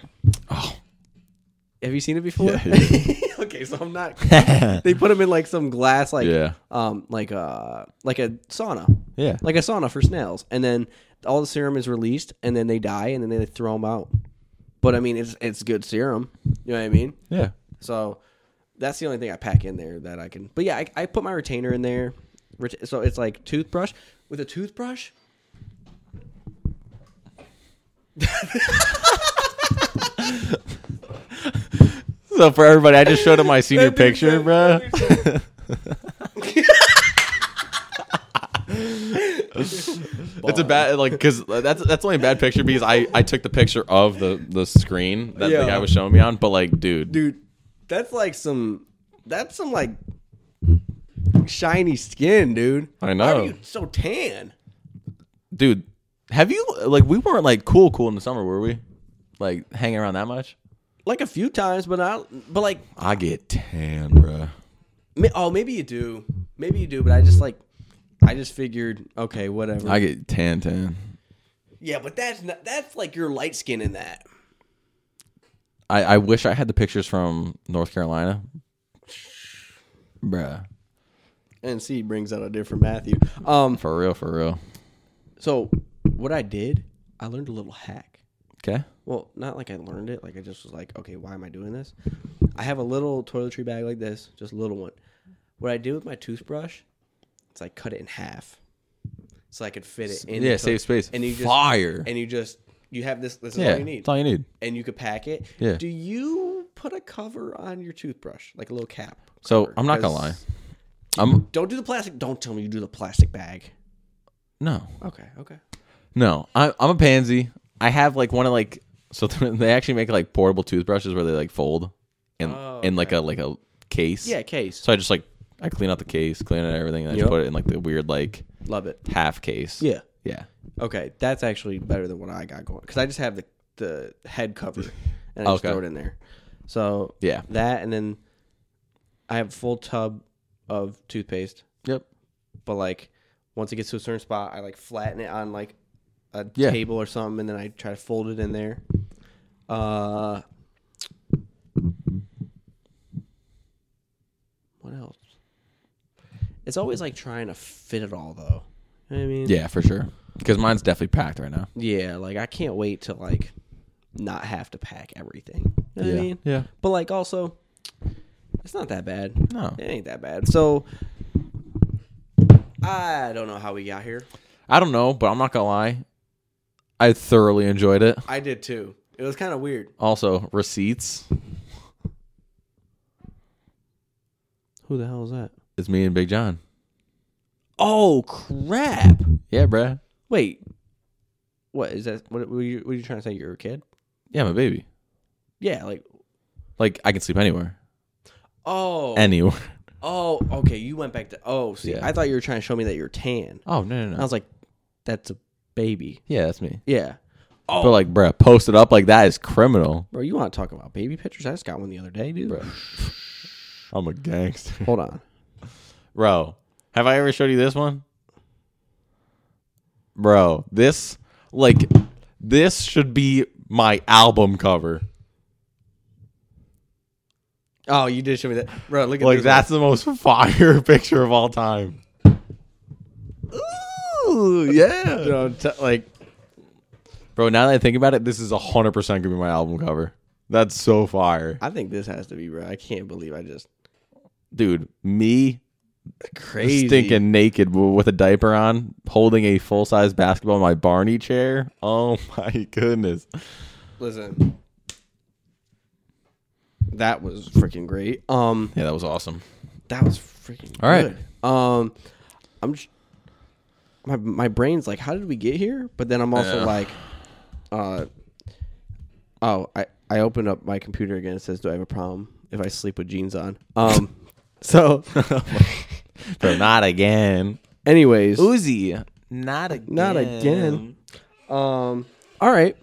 S2: Have you seen it before?
S1: Oh. Yeah,
S2: okay, so I'm not. they put them in like some glass, like
S1: Yeah.
S2: um, like a like a sauna
S1: Yeah.
S2: like a sauna for snails, and then all the serum is released, and then they die, and then they throw them out. But I mean, it's it's good serum. You know what I mean?
S1: Yeah.
S2: So that's the only thing I pack in there that I can. But yeah, I, I put my retainer in there, ret- so it's like toothbrush with a toothbrush.
S1: So for everybody, I just showed him my senior
S2: That dude
S1: picture,
S2: said-
S1: bro. It's a bad like because that's that's only a bad picture because I I took the picture of the the screen that the
S2: Yeah.
S1: guy was showing me on, but like, dude,
S2: Dude, that's like some that's some like shiny skin, dude.
S1: I know.
S2: Why are you so tan?
S1: dude, have you like we weren't like cool cool in the summer, were we? like hanging around that much.
S2: Like a few times, but not. But like,
S1: I get tan, bruh.
S2: ma- oh, maybe you do. Maybe you do. But I just like, I just figured, okay, whatever.
S1: I get tan, tan.
S2: yeah, but that's not, that's like your light skin in that.
S1: I, I wish I had the pictures from North Carolina, bruh.
S2: And C brings out a different Matthew. Um.
S1: For real, for real.
S2: So what I did, I learned a little hack.
S1: Okay.
S2: Well, not like I learned it. Like I just was like, okay, why am I doing this? I have a little toiletry bag like this, just a little one. What I did with my toothbrush is I cut it in half, so I could fit it in. the
S1: yeah,
S2: toilet-
S1: save space.
S2: And you just,
S1: Fire.
S2: And you just you have this. This is
S1: yeah,
S2: all you need,
S1: that's all you need.
S2: and you could pack it.
S1: Yeah.
S2: Do you put a cover on your toothbrush, like a little cap?
S1: So
S2: cover?
S1: I'm not gonna lie.
S2: 'Cause-
S1: I'm
S2: Don't do the plastic. Don't tell me you do the plastic bag.
S1: no.
S2: Okay. Okay.
S1: No, I, I'm a pansy. I have like one of like so they actually make like portable toothbrushes where they like fold and
S2: Oh,
S1: in like a like a case.
S2: Yeah. Case.
S1: So I just like I clean out the case, clean out everything, and I
S2: Yep.
S1: just put it in like the weird like
S2: Love it.
S1: half case.
S2: Yeah.
S1: Yeah.
S2: Okay, that's actually better than what I got going because I just have the the head cover and I just
S1: Okay.
S2: throw it in there. So
S1: Yeah.
S2: that and then I have a full tub of toothpaste,
S1: Yep.
S2: but like once it gets to a certain spot, I like flatten it on like a
S1: Yeah.
S2: table or something, and then I try to fold it in there. Uh, what else? It's always like trying to fit it all, though. You know what I mean,
S1: Yeah, for sure. Because mine's definitely packed right now.
S2: yeah, like I can't wait to like not have to pack everything. You know what
S1: yeah.
S2: I mean?
S1: yeah.
S2: But like also it's not that bad.
S1: No.
S2: It ain't that bad. So I don't know how we got here.
S1: I don't know, but I'm not gonna lie. I thoroughly enjoyed it.
S2: I did too. It was kind of weird.
S1: Also, receipts.
S2: Who the hell is that?
S1: It's me and Big John.
S2: Oh crap.
S1: Yeah, bruh.
S2: Wait. What is that what were you, were you trying to say you're a kid?
S1: Yeah, my baby.
S2: Yeah, like
S1: Like I can sleep anywhere.
S2: oh
S1: Anywhere.
S2: oh okay, you went back to oh see
S1: Yeah.
S2: I thought you were trying to show me that you're tan.
S1: Oh no no
S2: I
S1: no.
S2: was like, that's a baby.
S1: Yeah, that's me.
S2: Yeah. Oh
S1: But like, bruh, post it up like that is criminal.
S2: Bro, you want to talk about baby pictures? I just got one the other day, dude.
S1: I'm a gangster.
S2: Hold on.
S1: Bro, have I ever showed you this one? Bro, this like this should be my album cover.
S2: Oh, you did show me that, bro. Look at
S1: Like
S2: this
S1: that's the most fire picture of all time. Ooh,
S2: one. You
S1: yeah.
S2: know, t- like,
S1: Bro, now that I think about it, this is 100% going to be my album cover. That's so fire.
S2: I think this has to be, bro. I can't believe I just
S1: Dude, me
S2: crazy.
S1: stinking naked w- with a diaper on, holding a full size basketball in my Barney chair. Oh my goodness!
S2: Listen, that was freaking great. Um,
S1: Yeah, that was awesome.
S2: that was freaking
S1: All right.
S2: good. Um, I'm just my my brain's like, how did we get here? But then I'm also
S1: Yeah.
S2: like, uh, oh, I I opened up my computer again. It says, do I have a problem if I sleep with jeans on? Um, so
S1: But not again,
S2: anyways,
S1: Uzi. Not again.
S2: not again. Um, all right.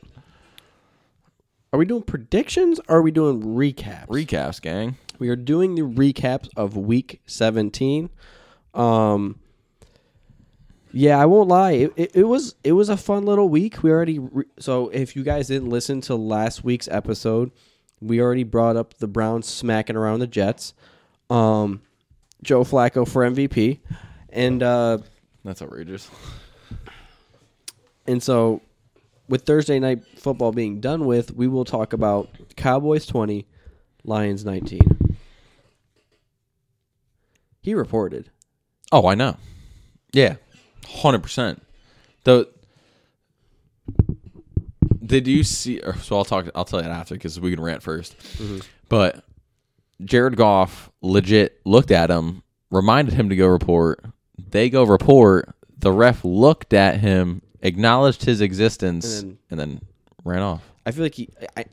S2: Are we doing predictions? Or are we doing recaps?
S1: Recaps, gang.
S2: we are doing the recaps of week 17. Um, yeah, I won't lie. It, it, it was it was a fun little week. We already re- so if you guys didn't listen to last week's episode, we already brought up the Browns smacking around the Jets. Um, Joe Flacco for MVP, and uh,
S1: That's outrageous.
S2: and so, with Thursday night football being done with, we will talk about Cowboys 20, Lions 19. He reported.
S1: Oh, I know. Yeah, hundred percent. Though, did you see? Or, so I'll talk. I'll tell you that after because we can rant 1st
S2: Mm-hmm.
S1: But Jared Goff legit looked at him, reminded him to go report. They go report. The ref looked at him, acknowledged his existence,
S2: And
S1: and then, ran off.
S2: I feel like he I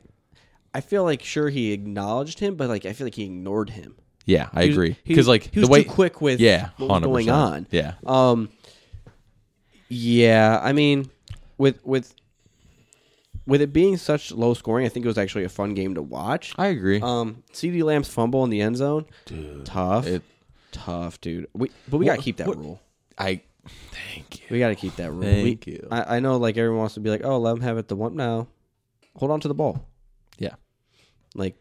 S2: I feel like sure he acknowledged him, but like I feel like he ignored him.
S1: Yeah, I
S2: He was-
S1: agree.
S2: he
S1: Because
S2: was-
S1: like
S2: he was
S1: the way,
S2: too quick with
S1: yeah,
S2: what was
S1: 100%.
S2: going on.
S1: Yeah,
S2: Um, yeah, I mean, with with with it being such low scoring, I think it was actually a fun game to watch.
S1: I agree.
S2: Um, CD Lamb's fumble in the end zone, tough,
S1: It-
S2: tough, dude. We, but we gotta
S1: What-
S2: keep that
S1: what-
S2: rule.
S1: I thank you.
S2: We gotta keep that rule.
S1: Thank
S2: We-
S1: you.
S2: I, I know, like everyone wants to be like, oh, let him have it the one now. Hold on to the ball.
S1: Yeah.
S2: Like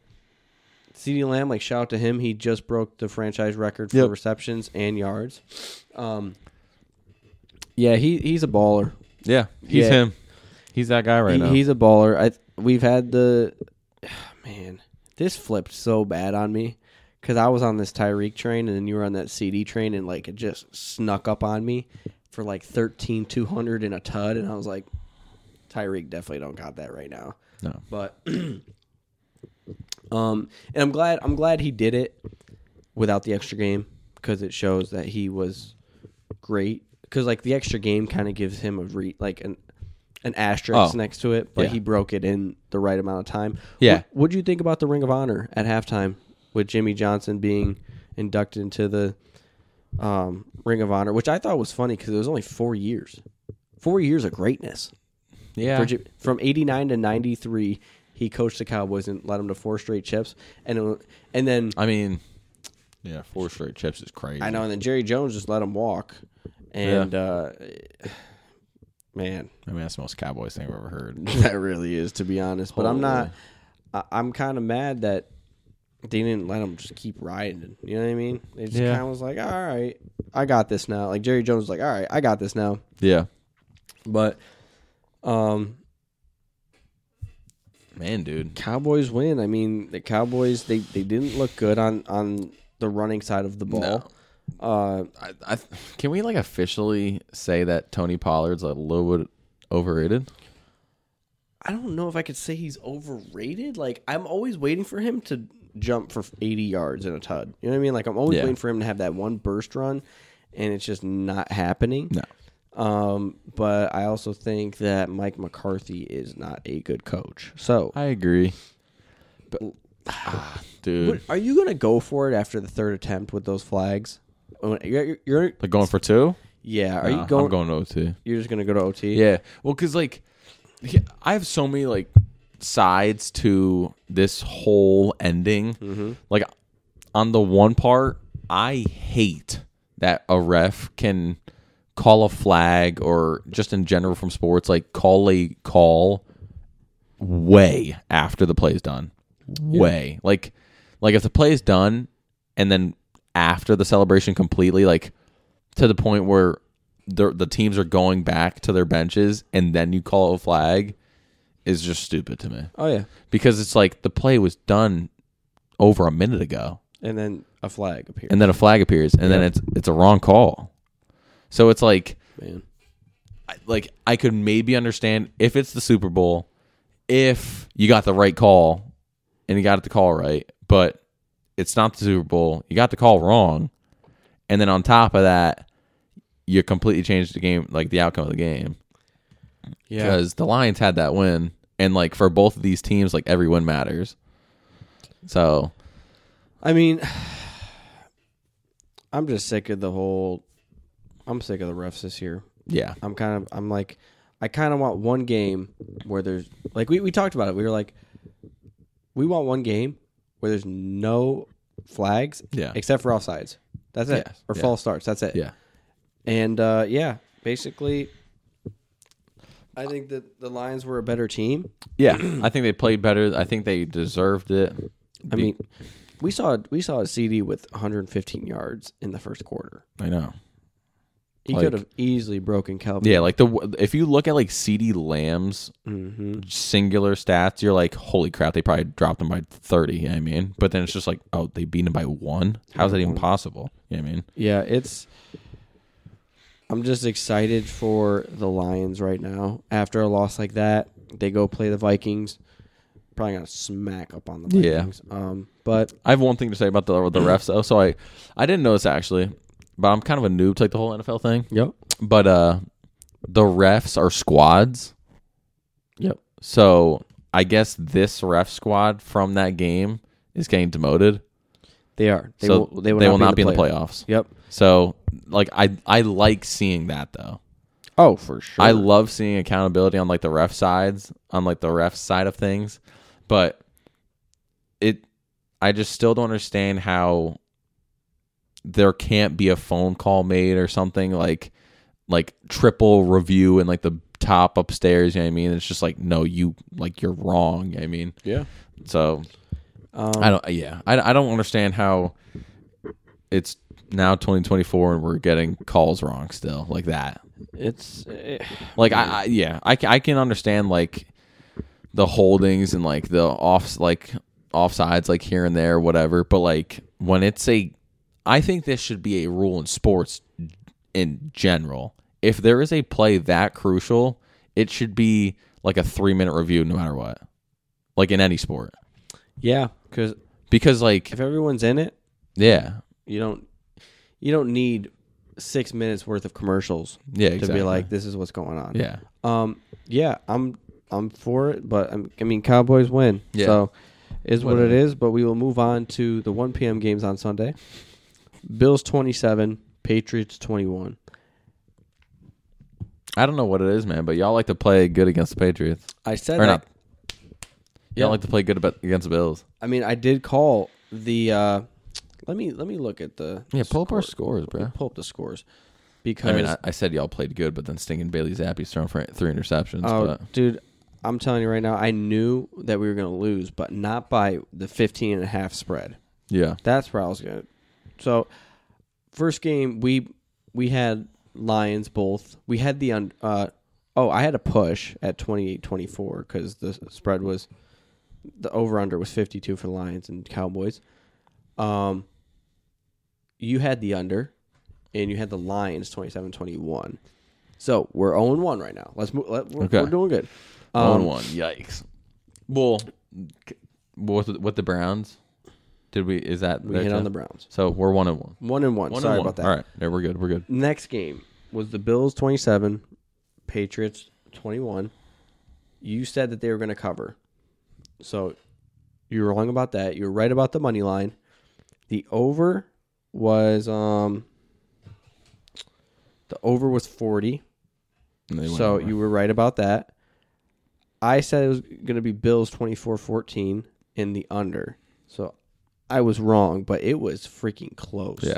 S2: CD Lamb, like shout out to him. He just broke the franchise record for
S1: Yep.
S2: receptions and yards. Um Yeah, he he's a baller.
S1: Yeah, he's
S2: Yeah.
S1: him. He's that guy right
S2: He-
S1: now.
S2: he's a baller. I we've had the man, this flipped so bad on me cuz I was on this Tyreek train and then you were on that CD train and like it just snuck up on me for like 13 200 and a tud and I was like Tyreek definitely don't got that right now.
S1: no.
S2: but um and i'm glad i'm glad he did it without the extra game because it shows that he was great because like the extra game kind of gives him a re like an an asterisk
S1: Oh,
S2: next to it but
S1: yeah.
S2: he broke it in the right amount of time
S1: Yeah.
S2: what would you think about the ring of honor at halftime with jimmy johnson being inducted into the um, ring of honor which i thought was funny because it was only four years four years of greatness
S1: Yeah.
S2: for Jim- from 89 to 93, he coached the Cowboys and led them to four straight chips. And it, wa- and then
S1: I mean, yeah, four straight chips is crazy.
S2: I know, and then Jerry Jones just let him walk. And uh, man,
S1: I mean, that's the most Cowboys thing I've ever heard.
S2: that really is to be honest. But I'm not.
S1: Holy.
S2: I, I'm kind of mad that they didn't let him just keep riding. You know what I mean? They just
S1: Yeah.
S2: kind of was like, all right, I got this now. Like Jerry Jones was like, all right, I got this now.
S1: Yeah.
S2: But um,
S1: Man, dude.
S2: Cowboys win. I mean, the Cowboys they, they didn't look good on on the running side of the ball. Uh,
S1: I, I, can we like officially say that Tony Pollard's a little bit overrated?
S2: I don't know if I could say he's overrated. Like I'm always waiting for him to jump for 80 yards in a tud. You know what I mean? Like I'm always
S1: Yeah.
S2: waiting for him to have that one burst run, and it's just not happening.
S1: No.
S2: Um, but I also think that Mike McCarthy is not a good coach. So,
S1: I agree. But, ah, dude,
S2: are you gonna go for it after the third attempt with those flags? Oh, You're, you're-
S1: like going for two?
S2: yeah. Are
S1: Nah,
S2: you going?
S1: I'm going to OT.
S2: You're just gonna go to OT.
S1: Yeah. Well, because like he- I have so many like sides to this whole ending. Like on the one part, I hate that a ref can call a flag or just in general from sports, like call a call way after the play is done. Way. Like like if the play is done and then after the celebration completely, like to the point where the the teams are going back to their benches and then you call a flag is just stupid to me
S2: Oh yeah.
S1: because it's like the play was done over a minute ago
S2: And then a flag appeared.
S1: and then a flag appears and then it's it's a wrong call so it's like
S2: Man.
S1: I- like I could maybe understand if it's the Super Bowl if you got the right call and you got the call right but it's not the Super Bowl you got the call wrong and then on top of that you completely changed the game like the outcome of the game
S2: Yeah.
S1: because the Lions had that win, and like for both of these teams, like every win matters. So
S2: I mean, I'm just sick of the whole. I'm sick of the refs this year.
S1: yeah,
S2: I'm kind of. I'm like, I kind of want one game where there's like we we talked about it. We were like, we want one game where there's no flags
S1: yeah,
S2: except for offsides. That's it.
S1: Yes.
S2: Or
S1: Yeah.
S2: false starts. That's it.
S1: yeah.
S2: And uh, yeah, basically, I think that the Lions were a better team.
S1: Yeah, I think they played better. I think they deserved it.
S2: I mean, we saw we saw a CD with 115 yards in the first quarter.
S1: I know.
S2: He
S1: Like-
S2: could have easily broken Calvin.
S1: Yeah, like the if you look at like C.D. Lamb's
S2: hmm
S1: singular stats, you're like, holy crap, they probably dropped him by thirty. You know what I mean, but then it's just like, oh, they beat him by one. How's that even
S2: Mm-hmm.
S1: possible? You know what I mean,
S2: yeah, it's. I'm just excited for the Lions right now. After a loss like that, they go play the Vikings. Probably gonna smack up on the
S1: Yeah.
S2: Vikings. Um, but
S1: I have one thing to say about the the refs though. So I I didn't notice actually, but I'm kind of a noob to like the whole NFL thing.
S2: yep,
S1: but uh the refs are squads
S2: yep.
S1: so i guess this ref squad from that game is getting demoted
S2: They are. They
S1: so
S2: will. They will, not, be in the
S1: playoffs
S2: Yep.
S1: so like i i like seeing that though
S2: Oh, for sure.
S1: I love seeing accountability on like the ref sides, on like the ref side of things, but it I just still don't understand how there can't be a phone call made or something like like triple review and like the top upstairs, you know what I mean? It's just like no, you like you're wrong, you know what I mean?
S2: yeah.
S1: So
S2: Um,
S1: I don't yeah, I I don't understand how it's now 2024 and we're getting calls wrong still like that.
S2: it's eh,
S1: Like I, I yeah, I, ca- I can understand like the holdings and like the offs like offsides like here and there whatever, but like when it's a I think this should be a rule in sports in general. If there is a play that crucial, it should be like a 3-minute review no matter what. Like in any sport.
S2: yeah, because
S1: Because like
S2: if everyone's in it,
S1: yeah.
S2: you don't you don't need six minutes worth of commercials
S1: Yeah,
S2: to
S1: exactly.
S2: be like this is what's going on.
S1: yeah.
S2: Um. Yeah. I'm. I'm for it, but I'm, I mean, Cowboys win.
S1: Yeah.
S2: So, is what it
S1: Whatever.
S2: is. But we will move on to the 1 p.m. games on Sunday. Bills 27, Patriots 21.
S1: I don't know what it is, man, but y'all like to play good against the Patriots.
S2: I said
S1: Or
S2: that.
S1: not.
S2: Yeah.
S1: Y'all like to play good about, against the Bills.
S2: I mean, I did call the. Uh, let me let me look at the.
S1: Yeah, pull up our scores,
S2: Let me
S1: bro.
S2: Pull up the scores, because
S1: I mean, I, I said y'all played good, but then stinking Bailey Zappi's thrown for three interceptions.
S2: Oh,
S1: but
S2: dude, I'm telling you right now, I knew that we were going to lose, but not by the 15 and a half spread.
S1: yeah,
S2: That's where I was going. to So, first game we we had Lions both. We had the un, uh oh, I had a push at 28-24 cuz the spread was the over under was 52 for the Lions and Cowboys. Um you had the under and you had the Lions 27-21. So, we're 0 1 right now. Let's move let, we're,
S1: Okay.
S2: we're doing good.
S1: one
S2: Um,
S1: one. Yikes. Well, c- what with, with the Browns? Did we? Is that
S2: we
S1: their
S2: hit on
S1: team?
S2: the Browns.
S1: So we're one and one.
S2: 1 and 1.
S1: One
S2: Sorry
S1: and one.
S2: about that.
S1: All right, yeah, we're good. We're good.
S2: Next game was the Bills 27, Patriots 21. You said that they were going to cover. So you were wrong about that. You were right about the money line. The over was um the over was 40.
S1: And they went
S2: So
S1: over.
S2: you were right about that. I said it was going to be Bills 24-14 in the under. So I was wrong, but it was freaking close.
S1: yeah,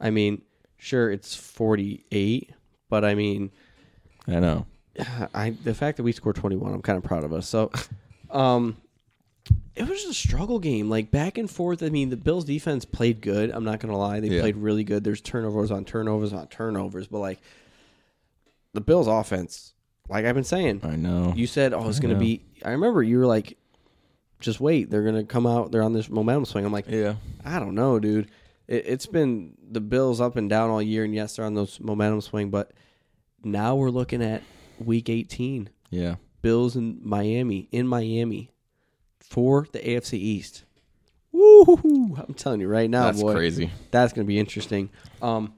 S2: I mean, sure, it's 48, but I mean,
S1: I know.
S2: I the fact that we scored 21, I'm kind of proud of us. So, um, it was just a struggle game, like back and forth. I mean, the Bills' defense played good. I'm not gonna lie, they
S1: Yeah.
S2: played really good. There's turnovers on turnovers on turnovers, but like the Bills' offense, like I've been saying,
S1: I know.
S2: you said, oh, it's gonna
S1: know.
S2: be. I remember you were like, just wait, they're gonna come out. They're on this momentum swing. I'm like,
S1: yeah,
S2: I don't know, dude. It, it's been the Bills up and down all year, and yes, they're on those momentum swing, but now we're looking at Week 18,
S1: yeah.
S2: Bills in Miami, in Miami, for the AFC East. Woo! I'm telling you right now,
S1: That's
S2: boy,
S1: crazy.
S2: that's gonna be interesting. Um,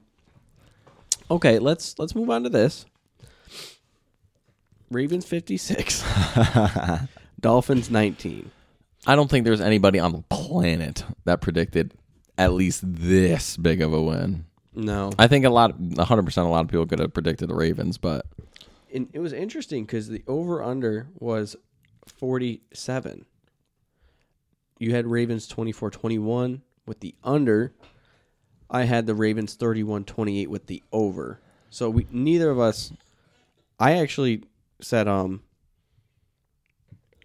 S2: okay, let's let's move on to this. Ravens 56, Dolphins 19.
S1: I don't think there's anybody on the planet that predicted at least this big of a win.
S2: No,
S1: I think a lot, 100% a lot of people could have predicted the Ravens, but
S2: and it was interesting because the over under was 47 you had ravens 24 21 with the under i had the ravens 31 28 with the over so we neither of us i actually said um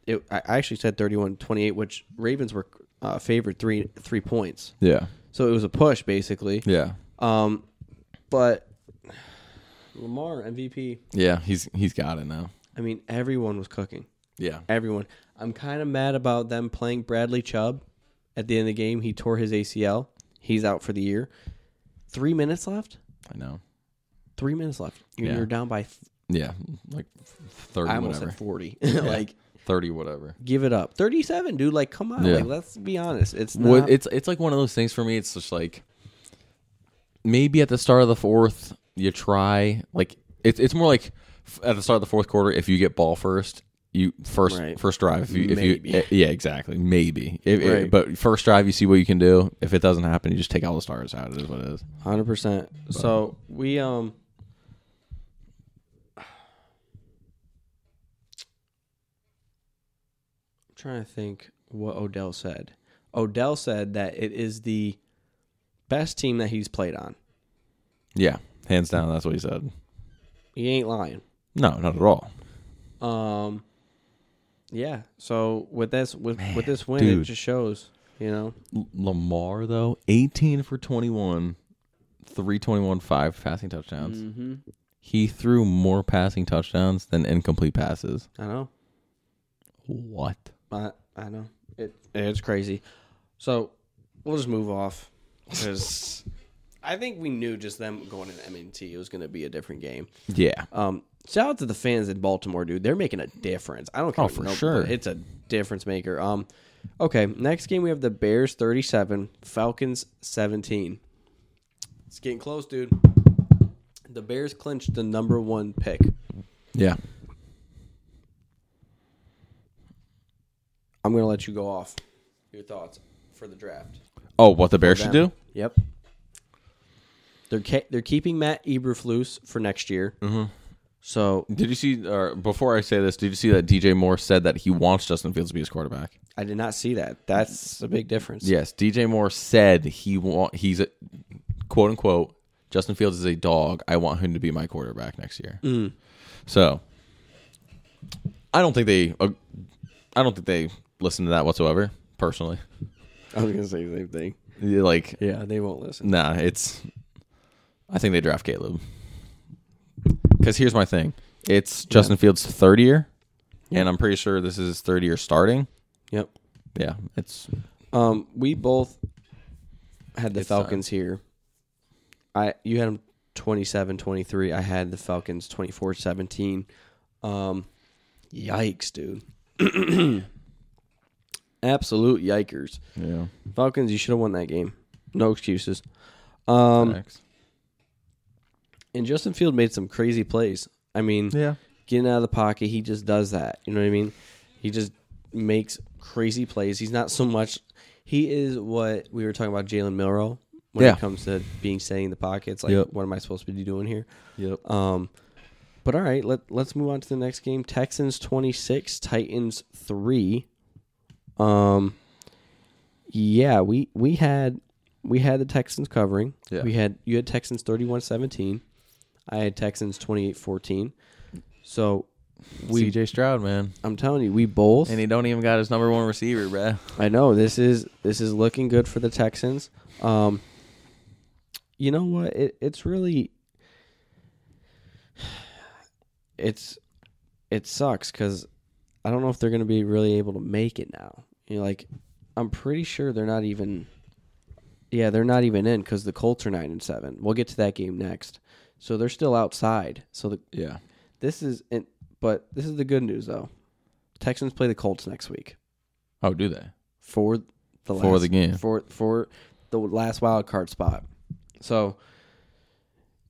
S2: it, i I actually said 31 28 which ravens were uh, favored three three points
S1: yeah.
S2: so it was a push basically
S1: Yeah.
S2: um but lamar mvp
S1: Yeah, he's he's got it now.
S2: I mean, everyone was cooking.
S1: Yeah.
S2: Everyone. I'm kind of mad about them playing Bradley Chubb. At the end of the game, he tore his ACL. He's out for the year. Three minutes left.
S1: I know.
S2: Three minutes left. You're,
S1: Yeah.
S2: you're down by. Th-
S1: Yeah, like 30
S2: I almost
S1: whatever.
S2: said forty. like,
S1: 30 whatever.
S2: give it up. Thirty-seven, dude. Like, come on.
S1: Yeah.
S2: Like, let's be honest. It's not.
S1: Well, it's it's like one of those things for me. It's just like maybe at the start of the fourth, you try like it's it's more like f- at the start of the fourth quarter, if you get ball first, you first
S2: Right.
S1: first drive. If you if
S2: Maybe.
S1: you eh, yeah exactly maybe If- if-
S2: Right.
S1: but first drive, you see what you can do. If it doesn't happen, you just take all the stars out. It is what it is.
S2: Hundred percent. So we um trying to think what Odell said. Odell said that it is the best team that he's played on.
S1: Yeah, hands down. That's what he said.
S2: He ain't lying.
S1: No, not at all.
S2: Um, yeah. So with this with with this win, it
S1: dude.
S2: just shows. You know,
S1: L- Lamar though, 18 for 21, 321, five passing
S2: Mm.
S1: touchdowns. He threw more passing touchdowns than incomplete passes.
S2: I know.
S1: What?
S2: I I know. It it's crazy. So we'll just move off because I think we knew just them going to M&T it was going to be a different game.
S1: Yeah.
S2: Um, shout out to the fans in Baltimore, dude. They're making a difference. I don't care.
S1: Oh,
S2: what
S1: for
S2: nobody-
S1: sure.
S2: it's a difference maker. Um, okay. Next game we have the Bears thirty-seven, Falcons seventeen. It's getting close, dude. The Bears clinched the number one pick.
S1: Yeah.
S2: I'm gonna let you go off. Your thoughts for the draft?
S1: Oh, what the Bears should
S2: Them.
S1: do?
S2: Yep. They're ke- they're keeping Matt Eberflus for next year. Mm-hmm. So
S1: Did you see? Or before I say this, did you see that DJ Moore said that he wants Justin Fields to be his quarterback?
S2: I did not see that. That's a big difference.
S1: Yes, DJ Moore said he want he's a quote unquote Justin Fields is a dog. I want him to be my quarterback next year.
S2: Mm.
S1: So I don't think they uh, I don't think they listen to that whatsoever. Personally,
S2: I was gonna say the same thing.
S1: Yeah, like
S2: Yeah, they won't listen.
S1: nah, it's I think they draft Caleb because here's my thing: it's Justin Fields' third year, and I'm pretty sure this is his third year starting.
S2: Yep.
S1: Yeah, it's
S2: Um, we both had the
S1: It's uh, time.
S2: Falcons here. I you had them 27-23. I had the Falcons 24-17. Um, yikes, dude. Absolute yikers.
S1: yeah.
S2: Falcons, you should have won that game. No excuses. Um,
S1: Facts.
S2: and Justin Field made some crazy plays. I mean,
S1: Yeah.
S2: getting out of the pocket, he just does that. You know what I mean? He just makes crazy plays. He's not so much. He is what we were talking about, Jalen Milrow, when
S1: Yeah.
S2: it comes to being staying in the pocket. It's like,
S1: Yep.
S2: what am I supposed to be doing here?
S1: Yep.
S2: Um, but all right, let let's move on to the next game. Texans twenty six, Titans three. Um, yeah, we we had we had the Texans covering.
S1: Yeah.
S2: We had you had Texans 31-17. I had Texans 28-14. So we
S1: CJ Stroud, man.
S2: I'm telling you, we both
S1: And he don't even got his number one receiver, bruh.
S2: I know this is this is looking good for the Texans. Um, you know what? It, it's really it's it sucks because I don't know if they're going to be really able to make it now. You know, like I'm pretty sure they're not even. Yeah, they're not even in because the Colts are nine and seven. We'll get to that game next, so they're still outside. So the,
S1: Yeah.
S2: this is, and but this is the good news though. Texans play the Colts next week
S1: Oh, do they?
S2: for the last,
S1: For the game.
S2: for for the last wild card spot. So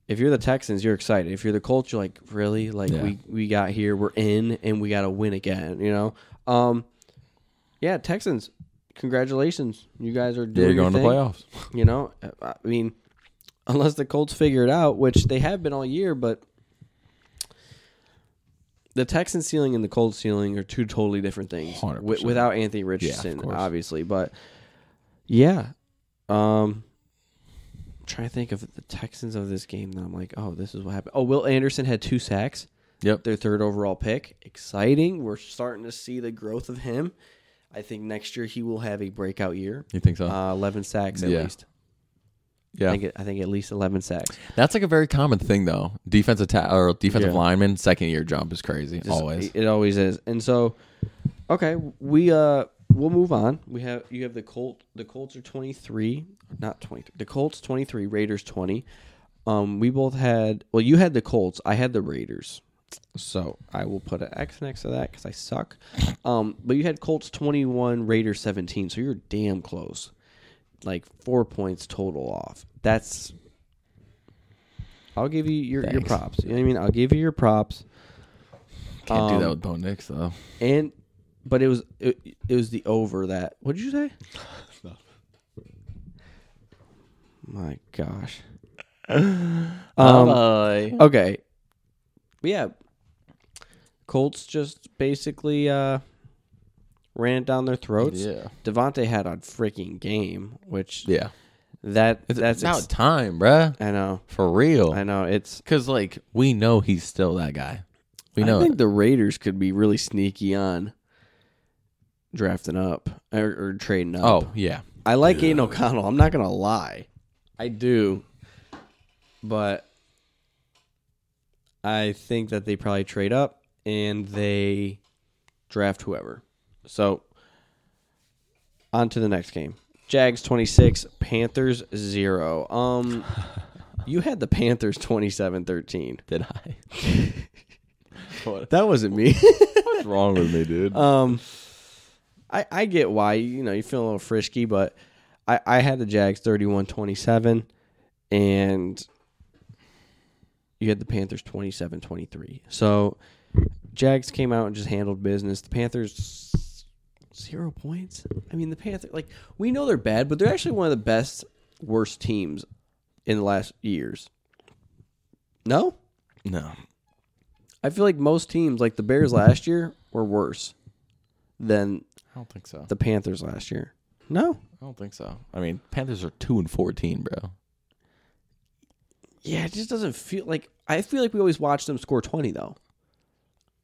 S2: if you're the Texans, you're excited. If you're the Colts, you're like, really? Like
S1: Yeah.
S2: we we got here, we're in, and we got to win again. You know, um, yeah, Texans. Congratulations, you guys are doing
S1: They're
S2: your
S1: going to
S2: thing.
S1: playoffs.
S2: You know, I mean, unless the Colts figure it out, which they have been all year, but the Texans ceiling and the Colts ceiling are two totally different things. wi-
S1: 100%.
S2: without Anthony Richardson,
S1: course.
S2: obviously, but yeah, um, I'm trying to think of the Texans of this game that I'm like, oh, this is what happened. Oh, Will Anderson had two sacks
S1: Yep.
S2: their third overall pick. Exciting. We're starting to see the growth of him. I think next year he will have a breakout year.
S1: You think so?
S2: Uh, 11 sacks at
S1: Yeah.
S2: least. I
S1: yeah.
S2: think, I think at least 11 sacks.
S1: That's like a very common thing, though. Defensive ta- or defensive
S2: Yeah.
S1: lineman, second year jump is crazy.
S2: Just-
S1: always.
S2: It, it always is. And so okay, we uh we'll move on. We have you have the Colt the Colts are 23, not 23. The Colts 23, Raiders 20. Um we both had well you had the Colts, I had the Raiders. So I will put an X next to that cuz I suck. Um but you had Colts 21, Raiders 17. So you're damn close. Like 4 points total off. That's I'll give you your, your
S1: Thanks.
S2: props. You know what I mean? I'll give you your props.
S1: Can't do
S2: um,
S1: that with Bo Nix, though.
S2: And but it was it, it was the over that. What did you say? My gosh. Um, okay. Yeah. Colts just basically uh ran it down their throats.
S1: Yeah.
S2: Devontae had a freaking game, which
S1: Yeah.
S2: that
S1: It's,
S2: that's
S1: it's about
S2: ex-
S1: time, bruh.
S2: I know,
S1: For real.
S2: I know. It's
S1: Because, like, we know he's still that guy. We
S2: I
S1: know.
S2: think
S1: it.
S2: the Raiders could be really sneaky on drafting up or, or trading up.
S1: oh, yeah.
S2: I like Aiden O'Connell. I'm not gonna lie, I do, but I think that they probably trade up and they draft whoever. So on to the next game. Jags 26, Panthers 0. Um you had the Panthers 27-13.
S1: Did I?
S2: That wasn't me.
S1: What's wrong with me, dude?
S2: um I I get why, you know, you feel a little frisky, but I I had the Jags 31-27 and you had the Panthers 27-23. So Jags came out and just handled business. The Panthers zero points. I mean, the Panthers like we know they're bad, but they're actually one of the best worst teams in the last years. No?
S1: no.
S2: I feel like most teams like the Bears last year were worse than
S1: I don't think so.
S2: the Panthers last year. No.
S1: I don't think so. I mean, Panthers are 2 and 14, bro.
S2: Yeah, it just doesn't feel like I feel like we always watch them score 20 though.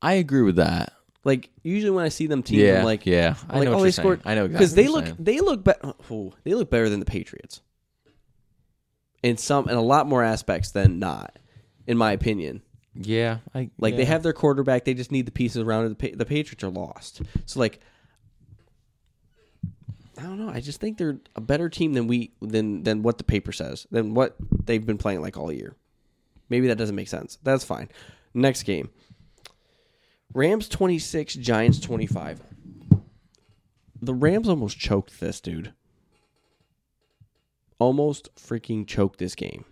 S1: I agree with that.
S2: Like usually when I see them team
S1: Yeah.
S2: I'm like
S1: yeah.
S2: I'm
S1: I
S2: like
S1: know
S2: oh
S1: what
S2: they
S1: you're
S2: scored
S1: saying. I know exactly.
S2: because they
S1: what you're
S2: look
S1: saying.
S2: they look better oh, they look better than the Patriots in some in a lot more aspects than not in my opinion.
S1: Yeah. I,
S2: Like
S1: yeah.
S2: they have their quarterback, they just need the pieces around it. The, pa- the Patriots are lost. So like I don't know. I just think they're a better team than we than than what the paper says, than what they've been playing like all year. Maybe that doesn't make sense. That's fine. Next game. Rams 26, Giants 25. The Rams almost choked this dude. Almost freaking choked this game.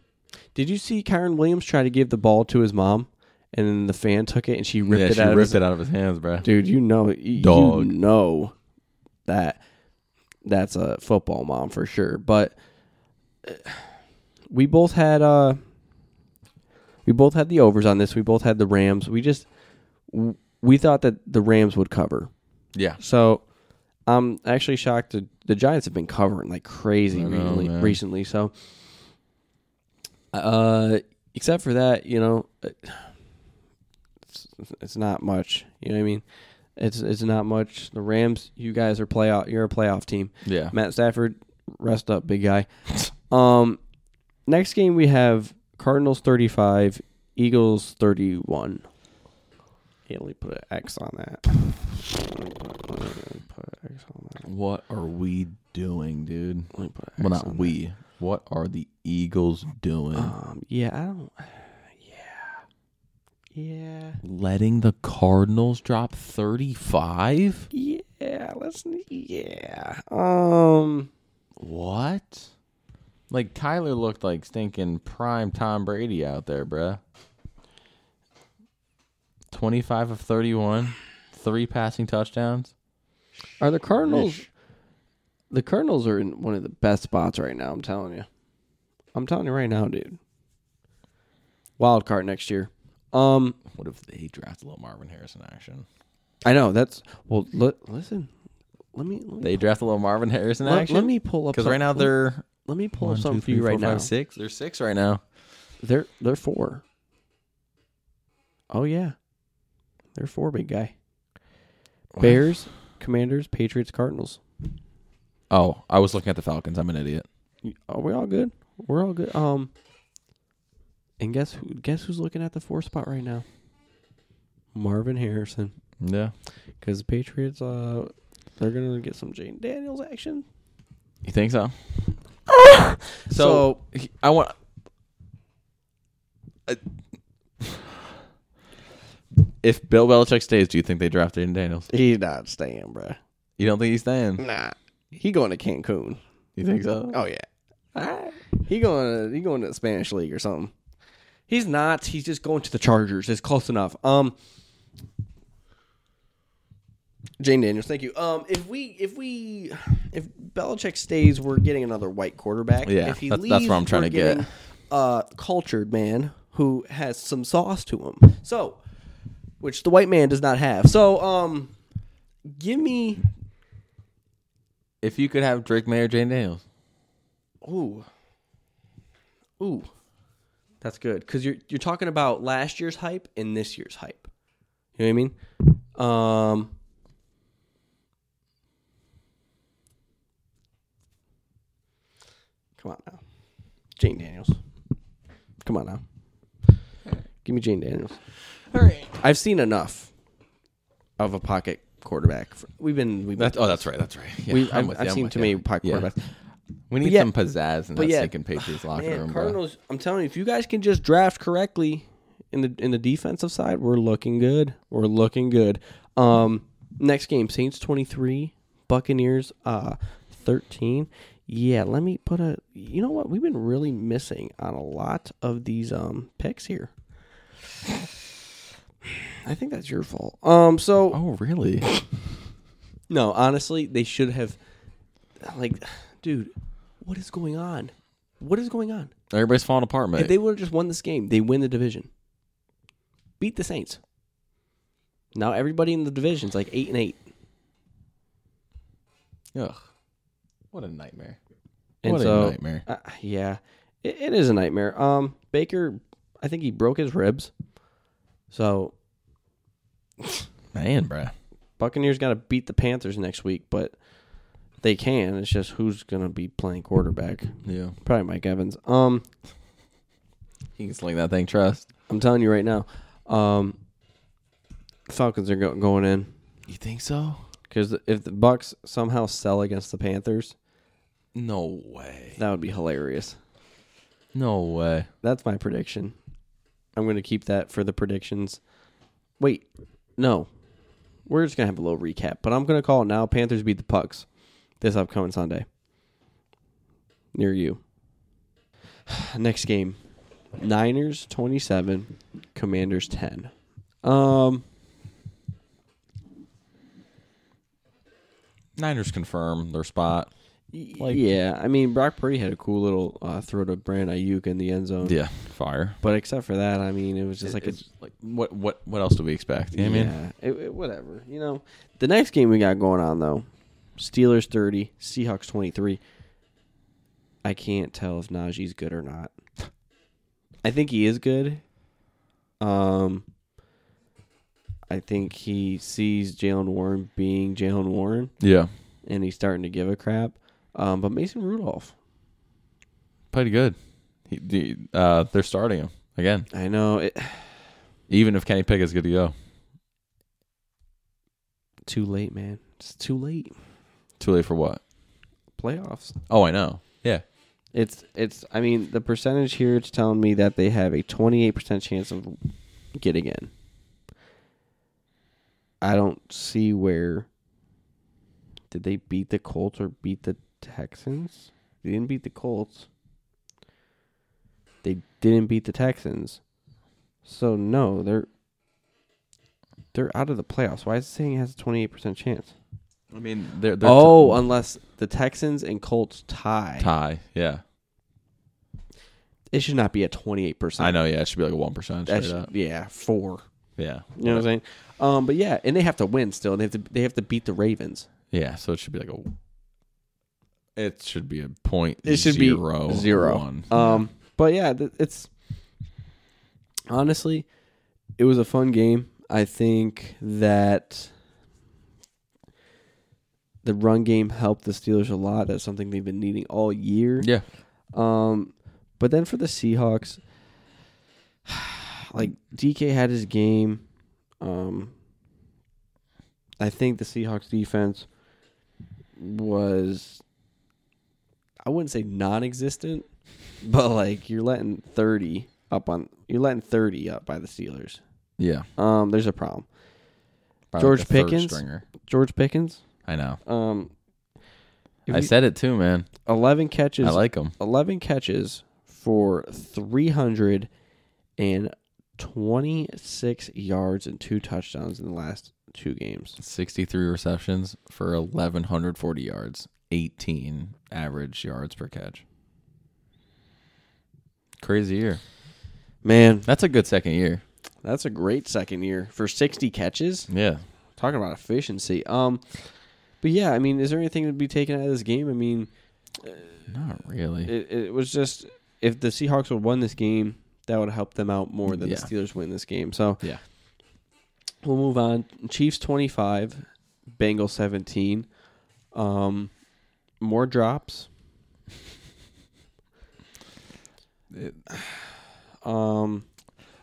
S2: Did you see Kyron Williams try to give the ball to his mom and then the fan took it and she ripped
S1: Yeah,
S2: it
S1: she
S2: out of his
S1: ripped it out of his hands, bro.
S2: dude you know you
S1: Dog.
S2: know that that's a football mom for sure but uh, we both had uh we both had the overs on this we both had the rams we just w- we thought that the rams would cover
S1: Yeah.
S2: so i'm actually shocked that the giants have been covering like crazy
S1: I know,
S2: recently,
S1: man.
S2: recently so uh except for that you know uh, it's not much. You know what I mean? It's it's not much. The Rams, you guys are playoff. You're a playoff team.
S1: Yeah.
S2: Matt Stafford, rest up, big guy. Um, next game we have Cardinals thirty five, Eagles thirty one. Yeah, let me put an X on that. Put an X on that.
S1: What are we doing, dude?
S2: Let me put an
S1: Well,
S2: X on
S1: not
S2: that.
S1: we. What are the Eagles doing?
S2: Um, yeah, I don't. Yeah,
S1: Letting the Cardinals drop 35?
S2: yeah, yeah. Let's. Yeah. Um.
S1: What? Like Tyler looked like stinking prime Tom Brady out there, bruh. 25 of 31, three passing touchdowns.
S2: Are the Cardinals?
S1: Ish.
S2: The Cardinals are in one of the best spots right now. I'm telling you. I'm telling you right now, dude. Wild card next year. Um,
S1: What if they draft a little Marvin Harrison action?
S2: I know that's well. Li- listen, let me let me,
S1: They draft a little Marvin Harrison
S2: let,
S1: action?
S2: let me pull up
S1: Because right
S2: some-
S1: now they're
S2: let me pull
S1: one,
S2: up
S1: two,
S2: something
S1: three,
S2: for you
S1: four,
S2: right now.
S1: five, six. They're six right now.
S2: They're they're four. Oh yeah, they're four, big guy. Bears, Commanders, Patriots, Cardinals.
S1: Oh, I was looking at the Falcons. I'm an idiot.
S2: Are we all good? oh, We're all good. Um, and guess who? Guess who's looking at the four spot right now? Marvin Harrison,
S1: Yeah.
S2: because the Patriots, uh, they're gonna get some Jane Daniels action.
S1: You think so?
S2: So-
S1: so, he- I want. I- If Bill Belichick stays, do you think they draft Jaden Daniels?
S2: He's not staying, bruh.
S1: You don't think he's staying?
S2: Nah, he going to Cancun.
S1: You think so?
S2: Oh yeah, he going to he going to the Spanish league or something. He's not. He's just going to the Chargers. It's close enough. Um, Jane Daniels, thank you. Um, if we if we if Belichick stays, we're getting another white quarterback.
S1: Yeah,
S2: if he
S1: that's- that's what I'm trying
S2: we're
S1: to get.
S2: getting A cultured man who has some sauce to him. So, which the white man does not have. So, um, give me
S1: If you could have Drake May or Jane Daniels,
S2: Ooh. Ooh. That's good. Because you're you're talking about last year's hype and this year's hype. You know what I mean? Um Come on now. Jane Daniels. Come on now. Give me Jane Daniels.
S1: all right.
S2: I've seen enough of a pocket quarterback. For, we've been we've been,
S1: That's oh, that's right, that's right. Yeah,
S2: we,
S1: I'm
S2: I've,
S1: with
S2: I've
S1: you, I'm
S2: seen
S1: with
S2: too
S1: you.
S2: many pocket
S1: Yeah.
S2: quarterbacks.
S1: We need
S2: yeah.
S1: some pizzazz in that
S2: yeah.
S1: second Patriots locker
S2: Man,
S1: room, bro.
S2: Cardinals. I'm telling you, if you guys can just draft correctly in the in the defensive side, we're looking good. We're looking good. Um, next game, Saints 23, Buccaneers uh 13. Yeah, let me put a. You know what? We've been really missing on a lot of these um picks here. I think that's your fault. Um, so
S1: Oh, really?
S2: no, honestly, they should have. Like, dude, what is going on? What is going on?
S1: Everybody's falling apart, mate.
S2: If they would have just won this game, they win the division. Beat the Saints. Now everybody in the division's like eight and eight.
S1: Ugh. What a nightmare.
S2: And
S1: what
S2: so,
S1: a nightmare.
S2: Uh, yeah, it, it is a nightmare. Um, Baker, I think he broke his ribs. So
S1: Man, bro.
S2: Buccaneers got to beat the Panthers next week, but they can. It's just who's gonna be playing quarterback?
S1: Yeah.
S2: Probably Mike Evans. Um,
S1: He can sling that thing, trust.
S2: I'm telling you right now, um, Falcons are go- going in.
S1: You think so?
S2: Because if the Bucks somehow sell against the Panthers,
S1: No way.
S2: that would be hilarious.
S1: No way.
S2: That's my prediction. I'm going to keep that for the predictions. Wait, no. We're just going to have a little recap, but I'm going to call it now. Panthers beat the Pucks this upcoming Sunday. Near you. Next game Niners 27, Commanders 10. Um,
S1: Niners confirm their spot.
S2: y-
S1: Like-
S2: yeah, I mean, Brock Purdy had a cool little uh, throw to Brandon Ayuk in the end zone.
S1: Yeah. Fire.
S2: But except for that, I mean, it was just like a
S1: it's like what what what else do we expect? You know what I mean?
S2: yeah, it, it- whatever. You know, the next game we got going on though, Steelers thirty, Seahawks twenty three. I can't tell if Najee's good or not. I think he is good. Um, I think he sees Jalen Warren being Jalen Warren,
S1: Yeah.
S2: and he's starting to give a crap. Um, but Mason Rudolph,
S1: Played good. He, the, uh, they're starting him again.
S2: I know it,
S1: Even if Kenny Pickett's good to go.
S2: too late, man. It's too late.
S1: Too late for what?
S2: Playoffs.
S1: Oh, I know. Yeah.
S2: It's it's. I mean, the percentage here it's telling me that they have a twenty eight percent chance of getting in. I don't see where. Did they beat the Colts or beat the Texans? They didn't beat the Colts. They didn't beat the Texans, so no, they're they're out of the playoffs. Why is it saying it has a twenty eight percent chance?
S1: I mean, they're, they're
S2: Oh, unless the Texans and Colts tie,
S1: tie. Yeah.
S2: it should not be a twenty eight percent.
S1: I know. Yeah. It should be like a 1%
S2: That
S1: straight
S2: should-
S1: up.
S2: yeah, four.
S1: Yeah.
S2: You know what I'm saying? Um, but yeah, and they have to win still. They have to they have to beat the Ravens.
S1: Yeah, so it should be like a. It should be a point.
S2: It should be
S1: zero
S2: zero.
S1: one.
S2: Um, but yeah, th- it's honestly, it was a fun game. I think that the run game helped the Steelers a lot. That's something they've been needing all year.
S1: yeah,
S2: Um, but then for the Seahawks, like DK had his game. Um, I think the Seahawks defense was, I wouldn't say non-existent, but like you're letting thirty up on you're letting thirty up by the Steelers.
S1: yeah.
S2: Um, there's a problem.
S1: Probably the
S2: George
S1: third
S2: Pickens?
S1: Stringer.
S2: George Pickens.
S1: I know.
S2: Um, if
S1: I
S2: you-
S1: said it too, man.
S2: eleven catches.
S1: I like him.
S2: 11 catches for 326 yards and two touchdowns in the last two games.
S1: Sixty-three receptions for eleven hundred forty yards, eighteen average yards per catch. Crazy year.
S2: Man,
S1: That's a good second year.
S2: that's a great second year for 60 catches.
S1: Yeah,
S2: Talking about efficiency. Um But yeah, I mean, is there anything to be taken out of this game? I mean,
S1: Not really.
S2: it, it was just if the Seahawks would won this game, that would help them out more than
S1: Yeah.
S2: the Steelers win this game. So
S1: yeah.
S2: we'll move on. Chiefs 25, Bengals 17. Um, more drops.
S1: It-
S2: Um,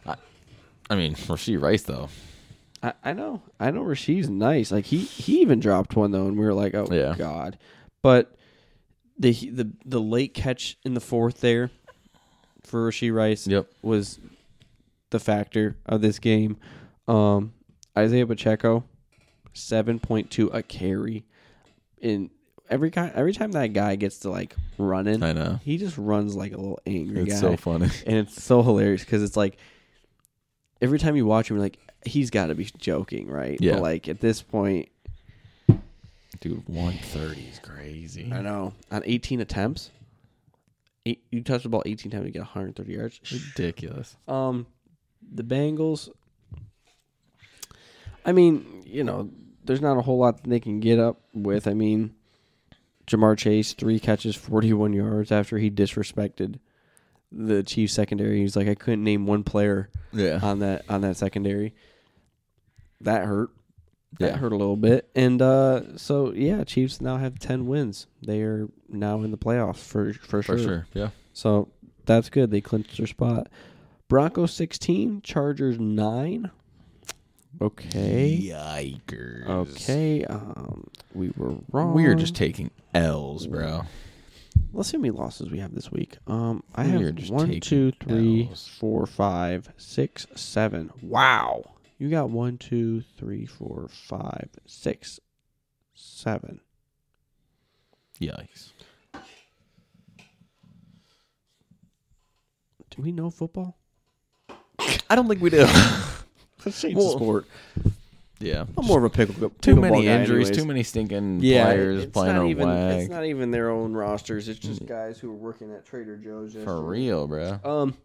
S1: I mean, Rasheed Rice though.
S2: I, I know, I know, Rasheed's nice. Like he, he even dropped one though, and we were like, oh
S1: Yeah.
S2: god. But the the the late catch in the fourth there for Rasheed Rice
S1: Yep.
S2: was the factor of this game. Um, Isaiah Pacheco, seven point two a carry. In every guy, every time that guy gets to like running,
S1: I know.
S2: he just runs like a little angry
S1: It's
S2: guy,
S1: so funny.
S2: and it's so hilarious because it's like every time you watch him, you're like he's got to be joking, right?
S1: Yeah.
S2: But like at this point,
S1: Dude, 130 is crazy.
S2: I know on eighteen attempts, eight, you touch the ball eighteen times, you get 130 yards.
S1: Ridiculous.
S2: Um, the Bengals. I mean, you know, there's not a whole lot they can get up with. I mean, Jamar Chase three catches, 41 yards after he disrespected the Chiefs secondary. He's like, I couldn't name one player
S1: Yeah.
S2: on that on that secondary. That hurt. That
S1: Yeah.
S2: hurt a little bit. And uh, so yeah, Chiefs now have 10 wins. They are now in the playoffs for for
S1: For
S2: sure.
S1: sure. Yeah.
S2: So that's good. They clinched their spot. Broncos 16, Chargers 9. Okay.
S1: Yikers.
S2: Okay. Um, we were wrong.
S1: We are just taking L's, bro.
S2: Let's see how many losses we have this week. Um, I
S1: We
S2: have
S1: are just
S2: one,
S1: taking
S2: two, three,
S1: Ls.
S2: four, five, six, seven. Wow. You got one, two, three, four, five, six, seven.
S1: Yikes.
S2: Do we know football?
S1: I don't think we do.
S2: Let's change
S1: the
S2: sport.
S1: yeah.
S2: I'm more of a pickle.
S1: Too
S2: pickleball
S1: many
S2: guy
S1: injuries,
S2: anyways.
S1: too many stinking
S2: yeah,
S1: players
S2: it's
S1: playing
S2: not
S1: a
S2: even,
S1: whack.
S2: It's not even their own rosters. It's just guys who are working at Trader Joe's.
S1: For
S2: yesterday.
S1: real, bro.
S2: Um,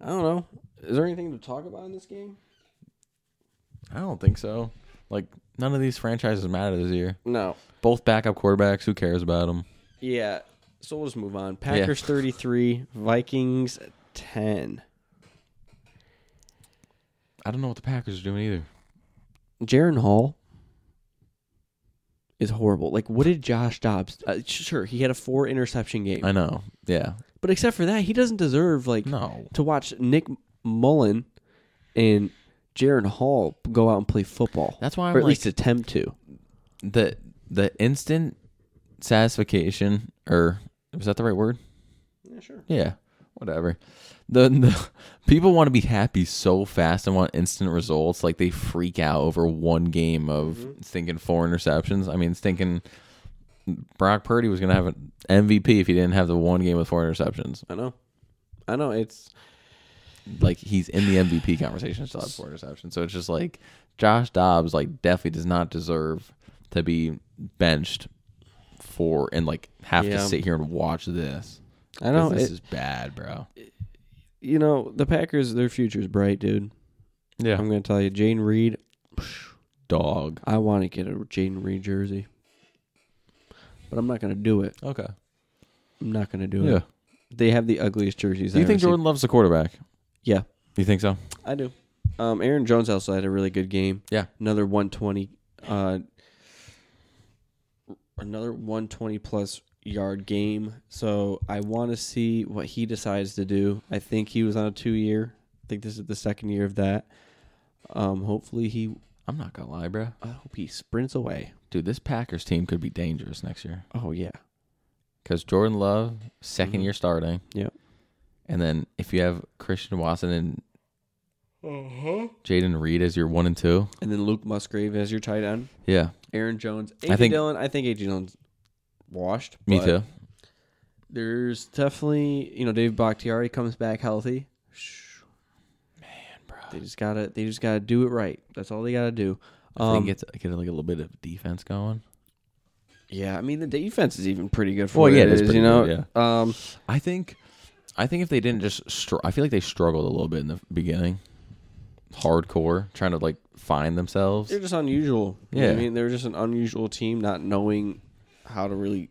S2: I don't know. Is there anything to talk about in this game?
S1: I don't think so. Like, none of these franchises matter this year.
S2: No.
S1: Both backup quarterbacks. Who cares about them?
S2: Yeah. So we'll just move on. Packers thirty-three, Vikings ten.
S1: I don't know what the Packers are doing either.
S2: Jaron Hall is horrible. Like, what did Josh Dobbs? Uh, sure, he had a four interception game,
S1: I know. Yeah.
S2: but except for that, he doesn't deserve like
S1: No.
S2: to watch Nick Mullen and Jaron Hall go out and play football.
S1: That's why
S2: or
S1: I'm
S2: at
S1: like-
S2: least attempt to.
S1: The the instant satisfaction, or was that the right word?
S2: Yeah, sure.
S1: Yeah, whatever. The, the people want to be happy so fast and want instant results. Like they freak out over one game of thinking four interceptions. I mean, thinking Brock Purdy was going to have an MVP if he didn't have the one game with four interceptions.
S2: I know. I know it's
S1: Like he's in the MVP conversation still has four interceptions. So it's just like Josh Dobbs like definitely does not deserve to be benched for and like have
S2: Yeah.
S1: to sit here and watch this.
S2: I know
S1: this
S2: it,
S1: is bad, bro.
S2: you know the Packers their future's bright, dude.
S1: Yeah,
S2: I'm going to tell you Jane Reed,
S1: dog.
S2: I want to get a Jane Reed jersey. But I'm not going to do it.
S1: Okay.
S2: I'm not going to do
S1: Yeah.
S2: it. They have the ugliest jerseys.
S1: Do you
S2: I've
S1: think
S2: ever seen.
S1: Jordan Love's the quarterback?
S2: Yeah,
S1: You think so?
S2: I do. Um, Aaron Jones also had a really good game.
S1: Yeah.
S2: another 120 uh another 120 plus yard game so i want to see what he decides to do i think he was on a two year i think this is the second year of that um hopefully he
S1: I'm not gonna lie, bro.
S2: i hope he sprints away
S1: Dude, this Packers team could be dangerous next year
S2: oh yeah
S1: because Jordan Love, 2nd
S2: Mhm.
S1: year starting.
S2: Yep.
S1: And then if you have Christian Watson and Jaden Reed as your one and two,
S2: and then luke musgrave as your tight end
S1: yeah,
S2: aaron jones
S1: I
S2: AJ
S1: think-
S2: dillon i think aj dillon's washed
S1: me
S2: but
S1: too.
S2: there's definitely you know dave bakhtiari comes back healthy
S1: Bro,
S2: They just gotta they just gotta do it right. That's all they gotta do.
S1: I think
S2: Um,
S1: it's get like a little bit of defense going.
S2: yeah, I mean the defense is even pretty good for
S1: Well,
S2: what
S1: yeah,
S2: it
S1: it is
S2: is.
S1: pretty
S2: You know,
S1: good,
S2: um,
S1: I think, I think if they didn't just, str- I feel like they struggled a little bit in the beginning. hardcore, trying to like find themselves.
S2: They're just unusual. You know what
S1: Yeah.
S2: I mean, they're just an unusual team, not knowing how to really.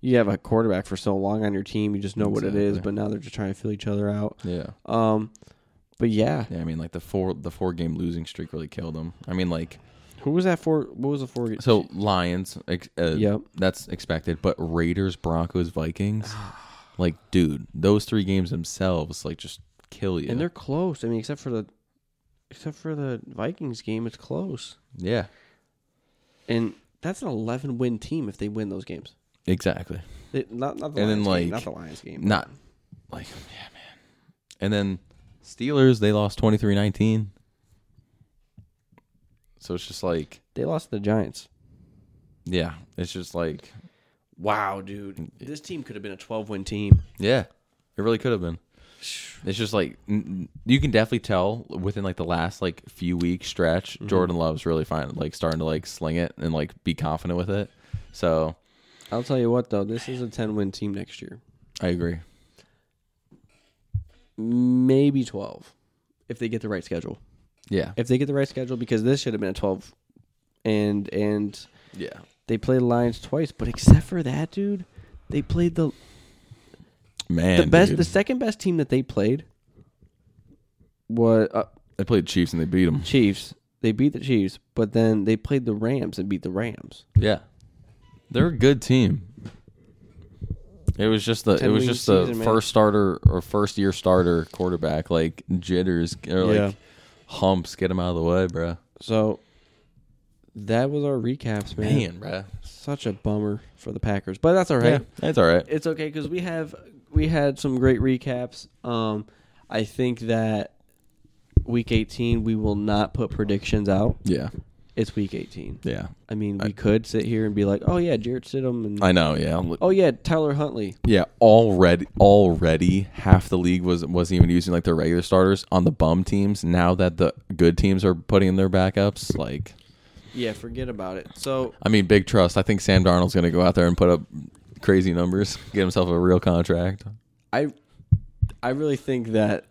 S2: You have a quarterback for so long on your team, you just know what it is, but
S1: Exactly.
S2: now they're just trying to fill each other out.
S1: Yeah.
S2: Um, but yeah,
S1: Yeah, I mean like the four the four game losing streak really killed them. I mean like
S2: who was that for? What was the four?
S1: so Lions ex- uh,
S2: Yep.
S1: that's expected, but Raiders, Broncos, Vikings like dude, those three games themselves like just kill you.
S2: And they're close. I mean, except for the, except for the Vikings game, it's close.
S1: yeah.
S2: And that's an 11 win team if they win those games.
S1: Exactly.
S2: They, not not the
S1: And then,
S2: Lions game,
S1: like,
S2: not the Lions game.
S1: Not like yeah, man. And then Steelers, they lost 23-19. So it's just like
S2: They lost to the Giants.
S1: yeah, it's just like
S2: Wow, dude, this team could have been a 12 win team.
S1: Yeah, it really could have been. It's just like n- n- you can definitely tell within like the last like few week stretch,
S2: Mm-hmm.
S1: Jordan Love's really fine, like starting to like sling it and like be confident with it. So
S2: I'll tell you what, though, this is a 10 win team next year.
S1: I agree.
S2: Maybe 12 if they get the right schedule.
S1: Yeah,
S2: If they get the right schedule, because this should have been a 12. And and
S1: yeah.
S2: they played the Lions twice, but except for that, dude, they played the
S1: Man,
S2: the best,
S1: dude.
S2: the second best team that they played. What uh,
S1: they played Chiefs and they beat them.
S2: Chiefs? They beat the Chiefs, but then they played the Rams and beat the Rams.
S1: Yeah, they're a good team. It was just the it
S2: Ten
S1: was
S2: win
S1: just the
S2: season, man.
S1: first starter or first year starter quarterback like jitters or like
S2: Yeah.
S1: humps get him out of the way, bruh.
S2: So that was our recaps, man.
S1: Man, bruh.
S2: Such a bummer for the Packers, but that's all right.
S1: Yeah, that's all right.
S2: It's okay because we have we had some great recaps. Um, I think that week 18 we will not put predictions out.
S1: Yeah,
S2: It's week 18.
S1: yeah.
S2: I mean, we could sit here and be like, "Oh yeah, Jarrett Stidham," and
S1: I know. Yeah. I'm li-
S2: "Oh yeah, Tyler Huntley."
S1: Yeah, already already half the league was wasn't even using like their regular starters on the bum teams. Now that the good teams are putting in their backups, like
S2: Yeah, forget about it. So
S1: I mean, big trust. I think Sam Darnold's going to go out there and put up crazy numbers, get himself a real contract.
S2: I, I really think that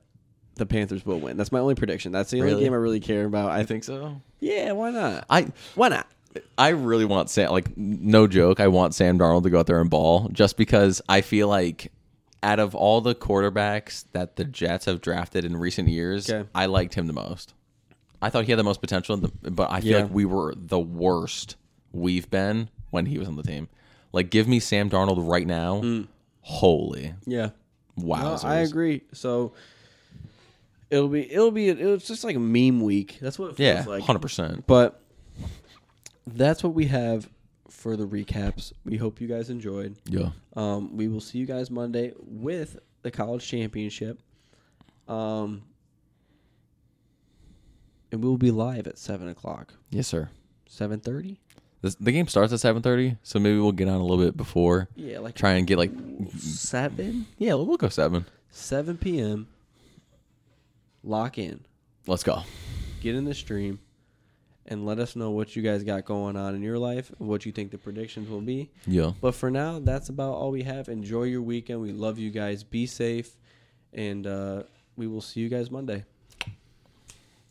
S2: the Panthers will win. That's my only prediction. That's the only
S1: Really?
S2: game I really care about. I think.
S1: so?
S2: Yeah, why not?
S1: I
S2: Why not?
S1: I really want Sam like no joke, I want Sam Darnold to go out there and ball just because I feel like out of all the quarterbacks that the Jets have drafted in recent years,
S2: Okay.
S1: I liked him the most. I thought he had the most potential, in the, but I feel
S2: Yeah.
S1: like we were the worst we've been when he was on the team. Like, give me Sam Darnold right now. Holy
S2: Yeah,
S1: wow!
S2: Mm. I agree. So it'll be it'll be it's just like a meme week. That's what it
S1: Yeah,
S2: feels like.
S1: hundred percent.
S2: But that's what we have for the recaps. We hope you guys enjoyed.
S1: Yeah,
S2: Um, we will see you guys Monday with the college championship. Um, and we will be live at seven o'clock,
S1: yes, sir.
S2: seven thirty.
S1: This, the game starts at seven thirty, so maybe we'll get on a little bit before.
S2: Yeah, like
S1: Try and get like,
S2: seven,
S1: yeah, we'll go seven.
S2: seven p.m. Lock in,
S1: Let's go.
S2: get in the stream, and let us know what you guys got going on in your life, what you think the predictions will be.
S1: Yeah.
S2: But for now, that's about all we have. Enjoy your weekend. We love you guys. Be safe, and uh, we will see you guys Monday.